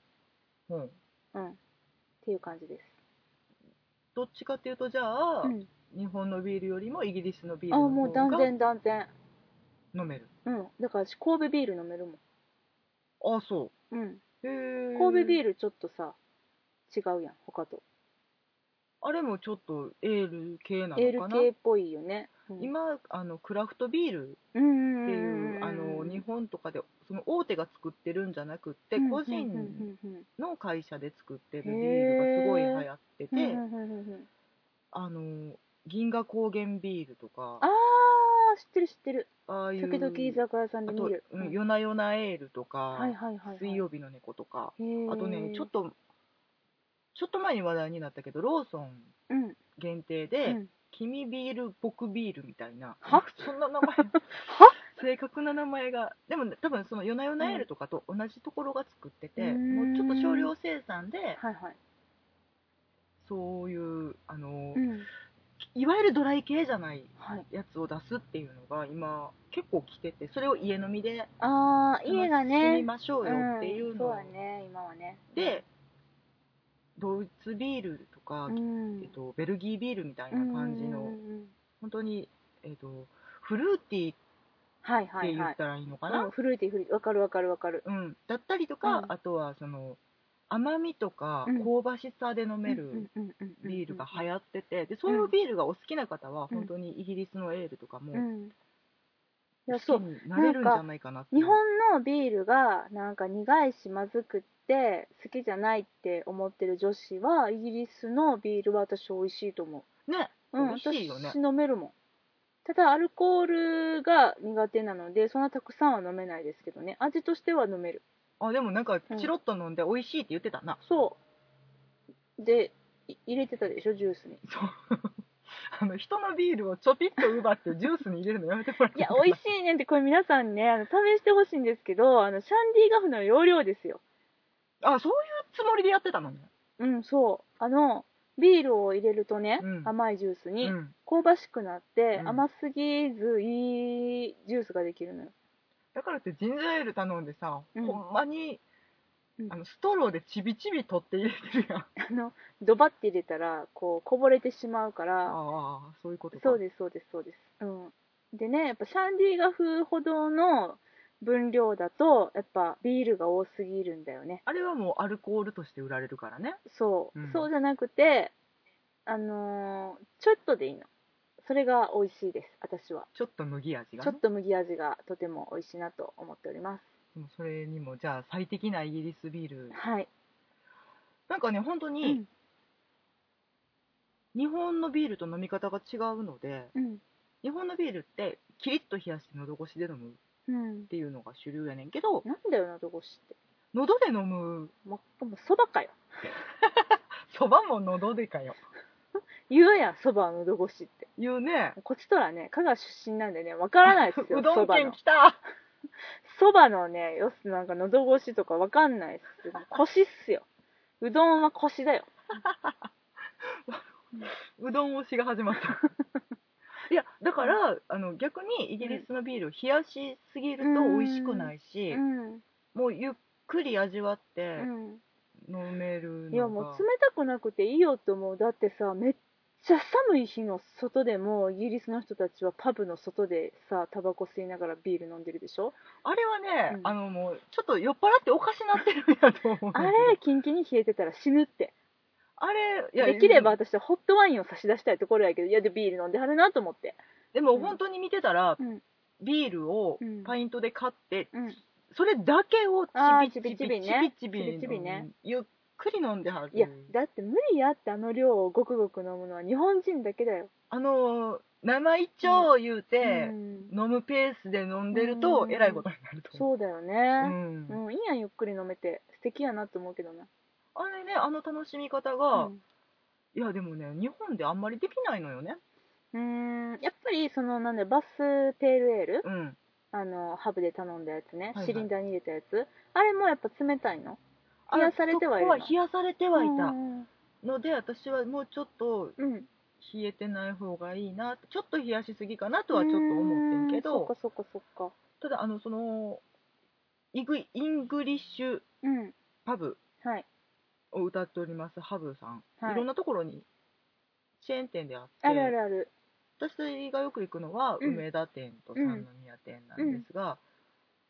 [SPEAKER 1] うん、
[SPEAKER 2] うんっていう感じです
[SPEAKER 1] どっちかっていうとじゃあ、
[SPEAKER 2] うん
[SPEAKER 1] 日本のビールよりもイギリスのビー
[SPEAKER 2] あ
[SPEAKER 1] ルの
[SPEAKER 2] もう
[SPEAKER 1] 方
[SPEAKER 2] 断
[SPEAKER 1] が
[SPEAKER 2] 然断然
[SPEAKER 1] 飲める
[SPEAKER 2] うんだから私神戸ビール飲めるもん
[SPEAKER 1] あそ
[SPEAKER 2] うん
[SPEAKER 1] うへ
[SPEAKER 2] 神戸ビ
[SPEAKER 1] ル
[SPEAKER 2] ールちょっとさ違うやん他と
[SPEAKER 1] あれもちょっとエール系なのかな
[SPEAKER 2] エール系っぽいよね、うん、
[SPEAKER 1] 今あのクラフトビール
[SPEAKER 2] うんうん
[SPEAKER 1] っ
[SPEAKER 2] う
[SPEAKER 1] てい
[SPEAKER 2] ん
[SPEAKER 1] う、
[SPEAKER 2] うん
[SPEAKER 1] あの日本とかでその大手が作ってるんじゃなくって、
[SPEAKER 2] うん
[SPEAKER 1] 個
[SPEAKER 2] うんうん
[SPEAKER 1] 人
[SPEAKER 2] うんうん
[SPEAKER 1] の会社で作ってるビールがすごい流行ってて、
[SPEAKER 2] うんうんうんうん
[SPEAKER 1] あの銀河高原ビールとか
[SPEAKER 2] あー知ってる知ってる
[SPEAKER 1] ああいう
[SPEAKER 2] 時々居酒屋さんで
[SPEAKER 1] あ
[SPEAKER 2] 見
[SPEAKER 1] と、
[SPEAKER 2] る
[SPEAKER 1] うん
[SPEAKER 2] うん
[SPEAKER 1] 夜な夜なエールとか、
[SPEAKER 2] はいはいはいはい
[SPEAKER 1] 水曜日の猫とかあ
[SPEAKER 2] あ
[SPEAKER 1] とねちょっとちょっと前に話題になったけどローソン
[SPEAKER 2] うんうん
[SPEAKER 1] 限定で、君ビール僕ビールみたいな
[SPEAKER 2] は
[SPEAKER 1] そんな名前正確な名前がでも、多分その夜な夜なエールとかと同じところが作ってて、
[SPEAKER 2] うん
[SPEAKER 1] もうちょっと少量生産で
[SPEAKER 2] はいはい
[SPEAKER 1] そういうあの、
[SPEAKER 2] うん
[SPEAKER 1] いわゆるドライ系じゃない
[SPEAKER 2] はい
[SPEAKER 1] やつを出すっていうのが今結構来ててそれを家飲みで
[SPEAKER 2] ああ家が
[SPEAKER 1] 楽しみ
[SPEAKER 2] ね
[SPEAKER 1] ましょうよっていうの
[SPEAKER 2] んそうやね今はね
[SPEAKER 1] でドイツビールとか、
[SPEAKER 2] うん
[SPEAKER 1] えっと、ベルギービールみたいな感じ
[SPEAKER 2] うんう
[SPEAKER 1] の
[SPEAKER 2] んうんうん
[SPEAKER 1] 本当に、えっと、フルーティーっ
[SPEAKER 2] はいは
[SPEAKER 1] て
[SPEAKER 2] い
[SPEAKER 1] 言
[SPEAKER 2] は
[SPEAKER 1] っ
[SPEAKER 2] い
[SPEAKER 1] たらいいのかな、
[SPEAKER 2] うんフルーティーフルーティーわかるわかるわかる
[SPEAKER 1] うん、だったりとか、
[SPEAKER 2] うん
[SPEAKER 1] あとはその甘みとか
[SPEAKER 2] うん
[SPEAKER 1] 香ばしさで飲め
[SPEAKER 2] うん
[SPEAKER 1] る
[SPEAKER 2] うんうんうん
[SPEAKER 1] ビールが流行っててでそういうビールがお好きな方は本当にイギリスのエールとかも
[SPEAKER 2] うんい
[SPEAKER 1] 好
[SPEAKER 2] や
[SPEAKER 1] き
[SPEAKER 2] そう
[SPEAKER 1] になれるんじゃないかなってい
[SPEAKER 2] 日
[SPEAKER 1] う
[SPEAKER 2] 本のビールがなんか苦いしまずくって好きじゃないって思ってる女子はイギリスのビールは私美味しいと思
[SPEAKER 1] ね
[SPEAKER 2] う、うん、
[SPEAKER 1] 美味しいよね
[SPEAKER 2] 私飲めるもただアルコールが苦手なのでそんなたくさんは飲めないですけどね味としては飲める
[SPEAKER 1] あ、でもなんか、
[SPEAKER 2] うん
[SPEAKER 1] チロッと飲んで美味しいって言ってたな。
[SPEAKER 2] そうでい入れてたでしょジュースに
[SPEAKER 1] そう。 あの、人のビールをちょぴっと奪ってジュースに入れるのやめてもらって
[SPEAKER 2] いや美味
[SPEAKER 1] い。
[SPEAKER 2] しいねんってこれ皆さんねあの試してほしいんですけどあのシャンディガフの容量ですよ
[SPEAKER 1] あ、そういうつもりでやってたのね。
[SPEAKER 2] うんそうあのビールを入れるとね、
[SPEAKER 1] うん
[SPEAKER 2] 甘いジュースに、
[SPEAKER 1] うん。
[SPEAKER 2] 香ばしくなって、
[SPEAKER 1] うん
[SPEAKER 2] 甘すぎずいいジュースができるのよ
[SPEAKER 1] だからってジンジャーエール頼んでさ、
[SPEAKER 2] うん
[SPEAKER 1] ほんまに
[SPEAKER 2] う、ん
[SPEAKER 1] あの、ストローでちびちび取って入れてるやん。あ
[SPEAKER 2] あのドバって入れたらこうこぼれてしまうから
[SPEAKER 1] あ、そういうことか。
[SPEAKER 2] そうですそうですそうです、うん、でねやっぱシャンディガフほどの分量だとやっぱビールが多すぎるんだよね
[SPEAKER 1] あれはもうアルコールとして売られるからね。
[SPEAKER 2] そう、
[SPEAKER 1] うん
[SPEAKER 2] そうじゃなくてあのーちょっとでいいのそれが美味しいです私は
[SPEAKER 1] ちょっと麦味が、
[SPEAKER 2] ちょ
[SPEAKER 1] ね。
[SPEAKER 2] っと麦味がとても美味しいなと思っております
[SPEAKER 1] でもそれにも、じゃあ最適なイギリスビール。
[SPEAKER 2] はい、
[SPEAKER 1] なんかね、本当
[SPEAKER 2] う
[SPEAKER 1] に
[SPEAKER 2] ん、
[SPEAKER 1] 日本のビールと飲み方が違うので、
[SPEAKER 2] うん
[SPEAKER 1] 日本のビールってキリッと冷やして喉越しで飲むっ
[SPEAKER 2] うん、
[SPEAKER 1] ていうのが主流やねんけど
[SPEAKER 2] なんだよなどこしって
[SPEAKER 1] 喉で飲む
[SPEAKER 2] もうもうそばかよ
[SPEAKER 1] そばも喉でかよ
[SPEAKER 2] 言うやんそばのどこしって
[SPEAKER 1] 言うね
[SPEAKER 2] こっちとらね香川出身なんでねわからないですよ
[SPEAKER 1] うど
[SPEAKER 2] そ
[SPEAKER 1] ん
[SPEAKER 2] ば
[SPEAKER 1] 県
[SPEAKER 2] の
[SPEAKER 1] 来た
[SPEAKER 2] そばのねよすなんかのど越しとかわかんないっすよ腰っすようどんは腰だよ
[SPEAKER 1] うどん推しが始まった いやだからあの逆にイギリスのビールを冷やしすぎると美味しくないし、
[SPEAKER 2] うん、
[SPEAKER 1] もうゆっくり味わって
[SPEAKER 2] う
[SPEAKER 1] 飲めるの
[SPEAKER 2] ん、
[SPEAKER 1] が
[SPEAKER 2] いやもう冷たくなくていいよと思うだってさめっちゃ寒い日の外でもイギリスの人たちはパブの外でさタバコ吸いながらビール飲んでるでしょ
[SPEAKER 1] あれはね、
[SPEAKER 2] うん
[SPEAKER 1] あのもうちょっと酔っ払っておかしなってるんやと思う
[SPEAKER 2] あれキンキンに冷えてたら死ぬって
[SPEAKER 1] あれいや
[SPEAKER 2] できれば私はホットワインを差し出したいところやけどいやでビール飲んではるなと思って
[SPEAKER 1] でも本当に見てたら、
[SPEAKER 2] うん
[SPEAKER 1] ビールを
[SPEAKER 2] うん
[SPEAKER 1] パイントで買って、
[SPEAKER 2] うん
[SPEAKER 1] それだけを
[SPEAKER 2] あー
[SPEAKER 1] ちびち
[SPEAKER 2] ち
[SPEAKER 1] びちび
[SPEAKER 2] びちびね
[SPEAKER 1] ちび
[SPEAKER 2] ちびちびね
[SPEAKER 1] ゆっくり飲んではる
[SPEAKER 2] いやだって無理やってあの量をごくごく飲むのは日本人だけだよ、
[SPEAKER 1] あのー生一丁言うて
[SPEAKER 2] う、ん
[SPEAKER 1] 飲むペースで飲んでると、
[SPEAKER 2] うん
[SPEAKER 1] えらいことになると思う
[SPEAKER 2] そうだよ
[SPEAKER 1] う
[SPEAKER 2] ね、
[SPEAKER 1] ん
[SPEAKER 2] うんいいやんゆっくり飲めて素敵やなと思うけどな
[SPEAKER 1] あれねあの楽しみ方が、
[SPEAKER 2] うん
[SPEAKER 1] いやでもね日本であんまりできないのよね
[SPEAKER 2] うーんやっぱりそのなんだよバスペールエール、
[SPEAKER 1] うん
[SPEAKER 2] あのハブで頼んだやつね、
[SPEAKER 1] いはい
[SPEAKER 2] シリンダーに入れたやつあれもやっぱ冷たいの
[SPEAKER 1] あ
[SPEAKER 2] 冷やされてはいる
[SPEAKER 1] そ
[SPEAKER 2] の
[SPEAKER 1] こは冷やされてはいた
[SPEAKER 2] うん
[SPEAKER 1] ので私はもうちょっと
[SPEAKER 2] うん
[SPEAKER 1] 冷えてない方がいいなちょっと冷やしすぎかなとはちょっと思ってんけど
[SPEAKER 2] うーんそっかそっかそっか
[SPEAKER 1] ただあのそのイグイングリッシュ
[SPEAKER 2] うん
[SPEAKER 1] パブ
[SPEAKER 2] はい
[SPEAKER 1] を歌っておりますハブさん、
[SPEAKER 2] はい
[SPEAKER 1] い、ろんなところにチェーン店であって
[SPEAKER 2] あるあるある
[SPEAKER 1] 私がよく行くのは
[SPEAKER 2] うん
[SPEAKER 1] 梅田店と三宮店なんですが、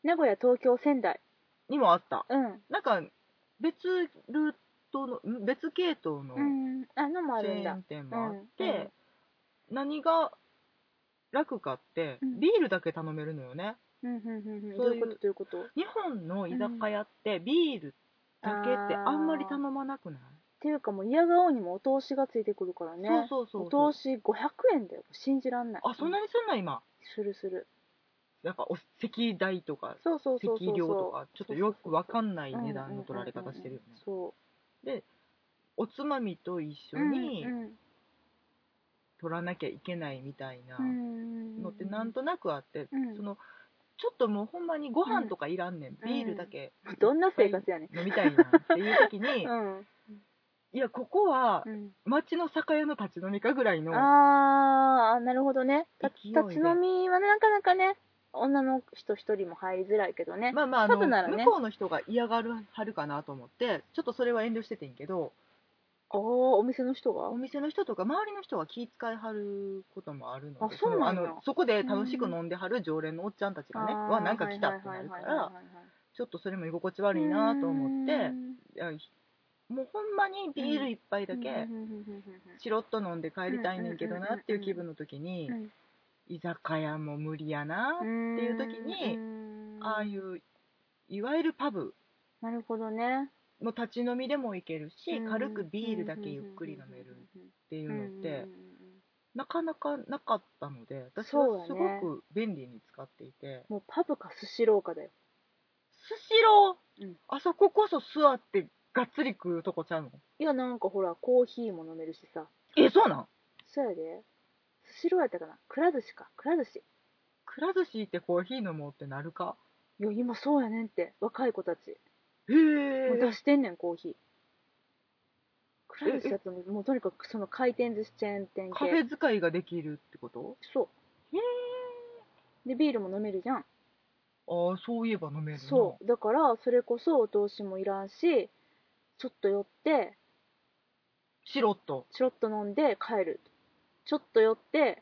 [SPEAKER 2] 名古屋東京仙台
[SPEAKER 1] にもあった
[SPEAKER 2] うん
[SPEAKER 1] なんか別ルートのん別系統の
[SPEAKER 2] うんあのもあ
[SPEAKER 1] チ
[SPEAKER 2] るん
[SPEAKER 1] ェー
[SPEAKER 2] だ
[SPEAKER 1] ン店もあって、
[SPEAKER 2] うんうん
[SPEAKER 1] 何が楽かって
[SPEAKER 2] うん
[SPEAKER 1] ビールだけ頼めるのよね、
[SPEAKER 2] うんうんうんうんど
[SPEAKER 1] そうう
[SPEAKER 2] い
[SPEAKER 1] いう
[SPEAKER 2] うことどういうこと
[SPEAKER 1] 日本の居酒屋ってビールだけってあんまり頼まなくない、
[SPEAKER 2] っていうかもう嫌顔にもお通しがついてくるからね
[SPEAKER 1] そうそうそうそう
[SPEAKER 2] お通し500円だよ信じらんない
[SPEAKER 1] あそんなにすんの今
[SPEAKER 2] するする
[SPEAKER 1] なんかお席代とか
[SPEAKER 2] そうそうそうそう
[SPEAKER 1] 席料とかちょっとよくわか
[SPEAKER 2] ない
[SPEAKER 1] んない値段の取られ方してるよね
[SPEAKER 2] そ
[SPEAKER 1] おつまみと一
[SPEAKER 2] う
[SPEAKER 1] 緒に
[SPEAKER 2] うんうん
[SPEAKER 1] 取らなきゃいけないみたいな
[SPEAKER 2] うん
[SPEAKER 1] のってなんとなくあって、
[SPEAKER 2] うん
[SPEAKER 1] そのちょっともうほんまにご飯とかいらんねん、
[SPEAKER 2] うん
[SPEAKER 1] ビールだけ
[SPEAKER 2] どんな生活やね
[SPEAKER 1] 飲みたいなっていう時に、
[SPEAKER 2] んうん
[SPEAKER 1] いやここは
[SPEAKER 2] うん
[SPEAKER 1] 町の酒屋の立ち飲みかぐらいの
[SPEAKER 2] ああなるほどねた
[SPEAKER 1] 勢いで
[SPEAKER 2] 立ち飲みはなかなかね女の人一人も入りづらいけどね
[SPEAKER 1] まあまああの、
[SPEAKER 2] パブならね
[SPEAKER 1] 向こうの人が嫌がるはるかなと思ってちょっとそれは遠慮しててんけど
[SPEAKER 2] あおお店の人が
[SPEAKER 1] お店の人とか周りの人は気遣いはることもあるので
[SPEAKER 2] あそうなんや
[SPEAKER 1] のあのそこで楽しく飲んではる常連のおっちゃんたちがね、
[SPEAKER 2] あー
[SPEAKER 1] はなんか来たってなるか
[SPEAKER 2] はいはいはい
[SPEAKER 1] ら
[SPEAKER 2] はいはい
[SPEAKER 1] ちょっとそれも居心地悪いなと思って
[SPEAKER 2] うん
[SPEAKER 1] いやもうほんまにビール一杯だけ
[SPEAKER 2] うんうんうんうんうん
[SPEAKER 1] チロッと飲んで帰りたいねんけどなっていう気分の時に
[SPEAKER 2] うん
[SPEAKER 1] 居酒屋も無理やな
[SPEAKER 2] って
[SPEAKER 1] いう時にああいういわゆるパブ
[SPEAKER 2] なるほどね
[SPEAKER 1] の立ち飲みでも行けるし
[SPEAKER 2] うん
[SPEAKER 1] 軽くビールだけゆっくり飲めるっていうのって
[SPEAKER 2] うん
[SPEAKER 1] なかなかなかったので私
[SPEAKER 2] そう
[SPEAKER 1] は
[SPEAKER 2] だね
[SPEAKER 1] すごく便利に使っていて、
[SPEAKER 2] もうパブかスシローかだよ。
[SPEAKER 1] スシロー、
[SPEAKER 2] うん
[SPEAKER 1] あそここそ座ってがっつり食うとこちゃうの
[SPEAKER 2] いや、なんかほら、コーヒーも飲めるしさ。
[SPEAKER 1] えそうなん
[SPEAKER 2] そうやで。スシローやったかなくら寿司か。くら寿司。
[SPEAKER 1] くら寿司行ってコーヒー飲もうってなるか
[SPEAKER 2] いや、今そうやねんって。若い子たち。
[SPEAKER 1] へ
[SPEAKER 2] もう
[SPEAKER 1] え
[SPEAKER 2] 出してんねん、コーヒー。くら寿司やったらもうとにかくその回転寿司チェーン店系。
[SPEAKER 1] カフェ使いができるってこと
[SPEAKER 2] そう。で、ビールも飲めるじゃん。
[SPEAKER 1] ああそういえば飲めるな
[SPEAKER 2] そう。だから、それこそお通しもいらんし、ちょっと寄って、
[SPEAKER 1] シロッと
[SPEAKER 2] ちょろっと飲んで帰る。ちょっと寄って、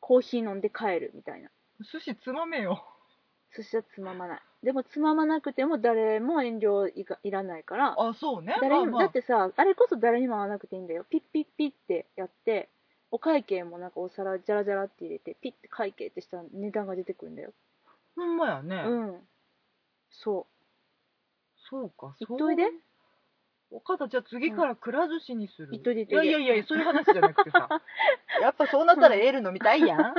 [SPEAKER 2] コーヒー飲んで帰るみたいな。
[SPEAKER 1] 寿司つまめよ
[SPEAKER 2] 寿司はつままない。でもつままなくても誰も遠慮いがいらないから、
[SPEAKER 1] あそうね
[SPEAKER 2] 誰にも、
[SPEAKER 1] まあま
[SPEAKER 2] だってさ、あれこそ誰にも会わなくていいんだよ。ピッピッピッってやって、お会計もなんかお皿ジャラジャラって入れて、ピッて会計ってしたら値段が出てくるんだよ。
[SPEAKER 1] あ、ほんまやね、
[SPEAKER 2] うん。そ
[SPEAKER 1] そうか
[SPEAKER 2] う。
[SPEAKER 1] そ
[SPEAKER 2] 行
[SPEAKER 1] う
[SPEAKER 2] っといで。
[SPEAKER 1] お方じゃあ次からくら寿司にする、
[SPEAKER 2] 行っといで行っといで
[SPEAKER 1] やいやいやそういう話じゃなくて さやっぱそうなったらエール飲みたいやん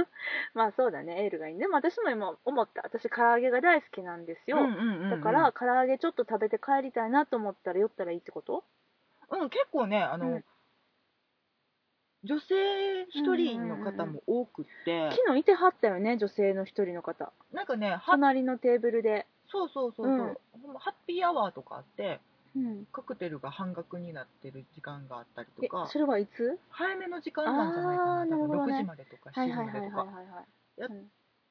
[SPEAKER 2] まあそうだね、エールがいい。でも私も今思った。私唐揚げが大好きなんですよ。
[SPEAKER 1] うんうんうんうん
[SPEAKER 2] だから、唐揚げちょっと食べて帰りたいなと思ったら寄ったらいいってこと
[SPEAKER 1] うん、結構ね、あの、
[SPEAKER 2] うん
[SPEAKER 1] 女性一人の方も多くって、
[SPEAKER 2] 昨日いてはったよね、女性の一人の方。
[SPEAKER 1] なんかね、は
[SPEAKER 2] 隣のテーブルで。
[SPEAKER 1] そうそうそうそう、
[SPEAKER 2] うん
[SPEAKER 1] ほんまハッピーアワーとかあって、
[SPEAKER 2] うん。
[SPEAKER 1] カクテルが半額になってる時間があったりと
[SPEAKER 2] え
[SPEAKER 1] か、
[SPEAKER 2] それはいつ
[SPEAKER 1] 早めの時間なんじゃないか
[SPEAKER 2] あー
[SPEAKER 1] な、多
[SPEAKER 2] なるほ
[SPEAKER 1] 分
[SPEAKER 2] どね
[SPEAKER 1] 6時までとか
[SPEAKER 2] は
[SPEAKER 1] 7
[SPEAKER 2] い
[SPEAKER 1] 時
[SPEAKER 2] はい
[SPEAKER 1] ま
[SPEAKER 2] は
[SPEAKER 1] で
[SPEAKER 2] いはい
[SPEAKER 1] とか。
[SPEAKER 2] はいはい。
[SPEAKER 1] やっ
[SPEAKER 2] うん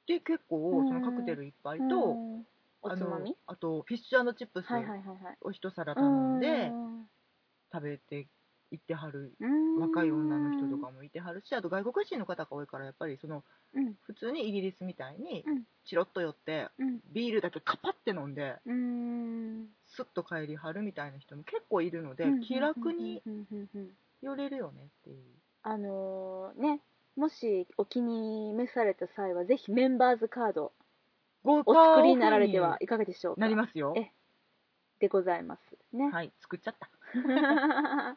[SPEAKER 1] で、結構、そ
[SPEAKER 2] うん
[SPEAKER 1] のカクテル一杯と、
[SPEAKER 2] うんお
[SPEAKER 1] あ
[SPEAKER 2] つ
[SPEAKER 1] の
[SPEAKER 2] まみ
[SPEAKER 1] あと、フィッシュチップス
[SPEAKER 2] はいはいはいはい。
[SPEAKER 1] を一皿頼んで、
[SPEAKER 2] うん
[SPEAKER 1] 食べていってはる
[SPEAKER 2] うん
[SPEAKER 1] 若い女の人とかもいてはるし、あと外国人の方が多いから、やっぱりその、
[SPEAKER 2] うん
[SPEAKER 1] 普通にイギリスみたいに
[SPEAKER 2] うん
[SPEAKER 1] チロッと寄って
[SPEAKER 2] うん
[SPEAKER 1] ビールだけカパって飲んで
[SPEAKER 2] うん
[SPEAKER 1] スッと帰りはるみたいな人も結構いるので
[SPEAKER 2] うん
[SPEAKER 1] 気楽に
[SPEAKER 2] うんうんうんうん
[SPEAKER 1] 寄れるよねっていう
[SPEAKER 2] あのーねもしお気に召された際はぜひメンバーズカード
[SPEAKER 1] ご
[SPEAKER 2] お作りになられてはいかがでしょうか
[SPEAKER 1] なりますよ
[SPEAKER 2] えでございますね
[SPEAKER 1] はい作っちゃった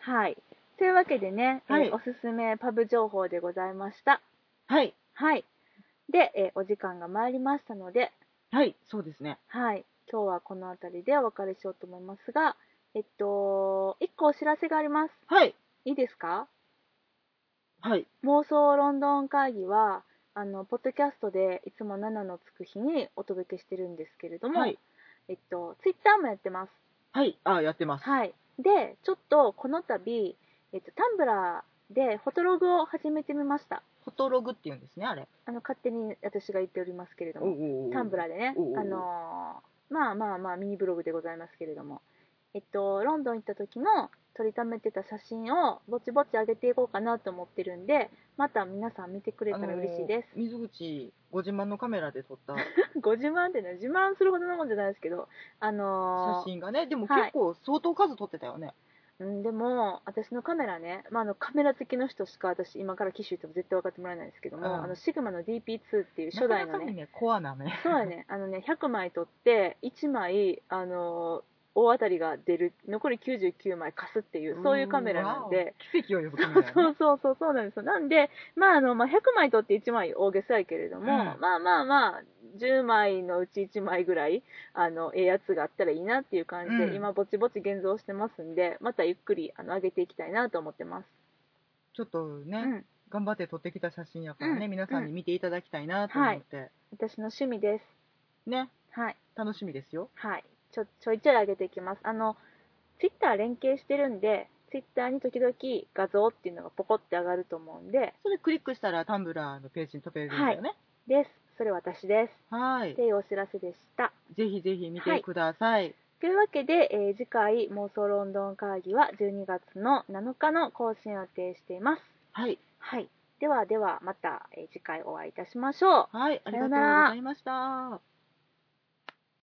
[SPEAKER 2] はい。というわけでね、えー
[SPEAKER 1] はい
[SPEAKER 2] おすすめパブ情報でございました。
[SPEAKER 1] はい
[SPEAKER 2] はい。で、えーお時間が参りましたので、
[SPEAKER 1] はいそうですね
[SPEAKER 2] はい。今日はこの辺りでお別れしようと思いますが、えっと、一個お知らせがあります。
[SPEAKER 1] はい
[SPEAKER 2] いいですか
[SPEAKER 1] はい
[SPEAKER 2] 妄想ロンドン会議は、あの、ポッドキャストでいつも7のつく日にお届けしてるんですけれども、
[SPEAKER 1] はい
[SPEAKER 2] えっと、ツイッターもやってます。
[SPEAKER 1] はいあやってます
[SPEAKER 2] はい。で、ちょっとこの度、えっと、タンブラーでフォトログを始めてみました。
[SPEAKER 1] フォトログっていうんですねあれ
[SPEAKER 2] あの、勝手に私が言っておりますけれど
[SPEAKER 1] おう
[SPEAKER 2] も、
[SPEAKER 1] おうおう
[SPEAKER 2] タンブラーでね
[SPEAKER 1] おうおうお、う
[SPEAKER 2] あのーまあまあまあ、ミニブログでございますけれども、えっと、ロンドン行った時の撮りためてた写真をぼちぼち上げていこうかなと思ってるんで、また皆さん見てくれたら嬉しいです
[SPEAKER 1] あ。の水口ご自慢のカメラで撮った
[SPEAKER 2] ご自慢ってね、自慢するほどのもんじゃないですけど、あのー
[SPEAKER 1] 写真がねでも結構相当数撮ってたよね
[SPEAKER 2] うん、でも、私のカメラね、まあ、あのカメラ好きの人しか私、今から機種言っても絶対分かってもらえないんですけども、
[SPEAKER 1] うん
[SPEAKER 2] あのシグマの DP2 っていう初代
[SPEAKER 1] な
[SPEAKER 2] の
[SPEAKER 1] かなか
[SPEAKER 2] ね、
[SPEAKER 1] にねコアなね
[SPEAKER 2] そうやね、あのね、100枚撮って、1枚、あのー大当たりが出る、残り99枚貸すっていう、そういうカメラなんで、
[SPEAKER 1] うわお奇跡を呼
[SPEAKER 2] そ
[SPEAKER 1] ぶ
[SPEAKER 2] う
[SPEAKER 1] カメラね
[SPEAKER 2] そうそうそう、そうなんですよ。なんで、まあ、あの、まあ、100枚撮って1枚大げさやけれども、
[SPEAKER 1] うん
[SPEAKER 2] まあまあまあ、10枚のうち1枚ぐらい、あの、ええやつがあったらいいなっていう感じで、
[SPEAKER 1] うん
[SPEAKER 2] 今、ぼちぼち現像してますんで、またゆっくり、あの、上げていきたいなと思ってます。
[SPEAKER 1] ちょっとね、
[SPEAKER 2] うん。
[SPEAKER 1] 頑張って撮ってきた写真やからね、
[SPEAKER 2] うん
[SPEAKER 1] 皆さんに見ていただきたいなと思って、
[SPEAKER 2] 私の趣味です。
[SPEAKER 1] ね
[SPEAKER 2] はい。
[SPEAKER 1] 楽しみですよ
[SPEAKER 2] はい。ちょ、ちょいちょい上げていきます。あの、ツイッター連携してるんで、ツイッターに時々画像っていうのがポコって上がると思うんで、
[SPEAKER 1] それクリックしたらタンブラーのページに飛べるんだよね
[SPEAKER 2] です。それ私です。
[SPEAKER 1] はい
[SPEAKER 2] っていうお知らせでした。
[SPEAKER 1] ぜひぜひ見てください
[SPEAKER 2] というわけで、えー次回妄想ロンドン会議は12月の7日の更新を予定しています。
[SPEAKER 1] はい
[SPEAKER 2] はい。ではではまた、えー次回お会いいたしましょう。
[SPEAKER 1] はい、ありがとうございました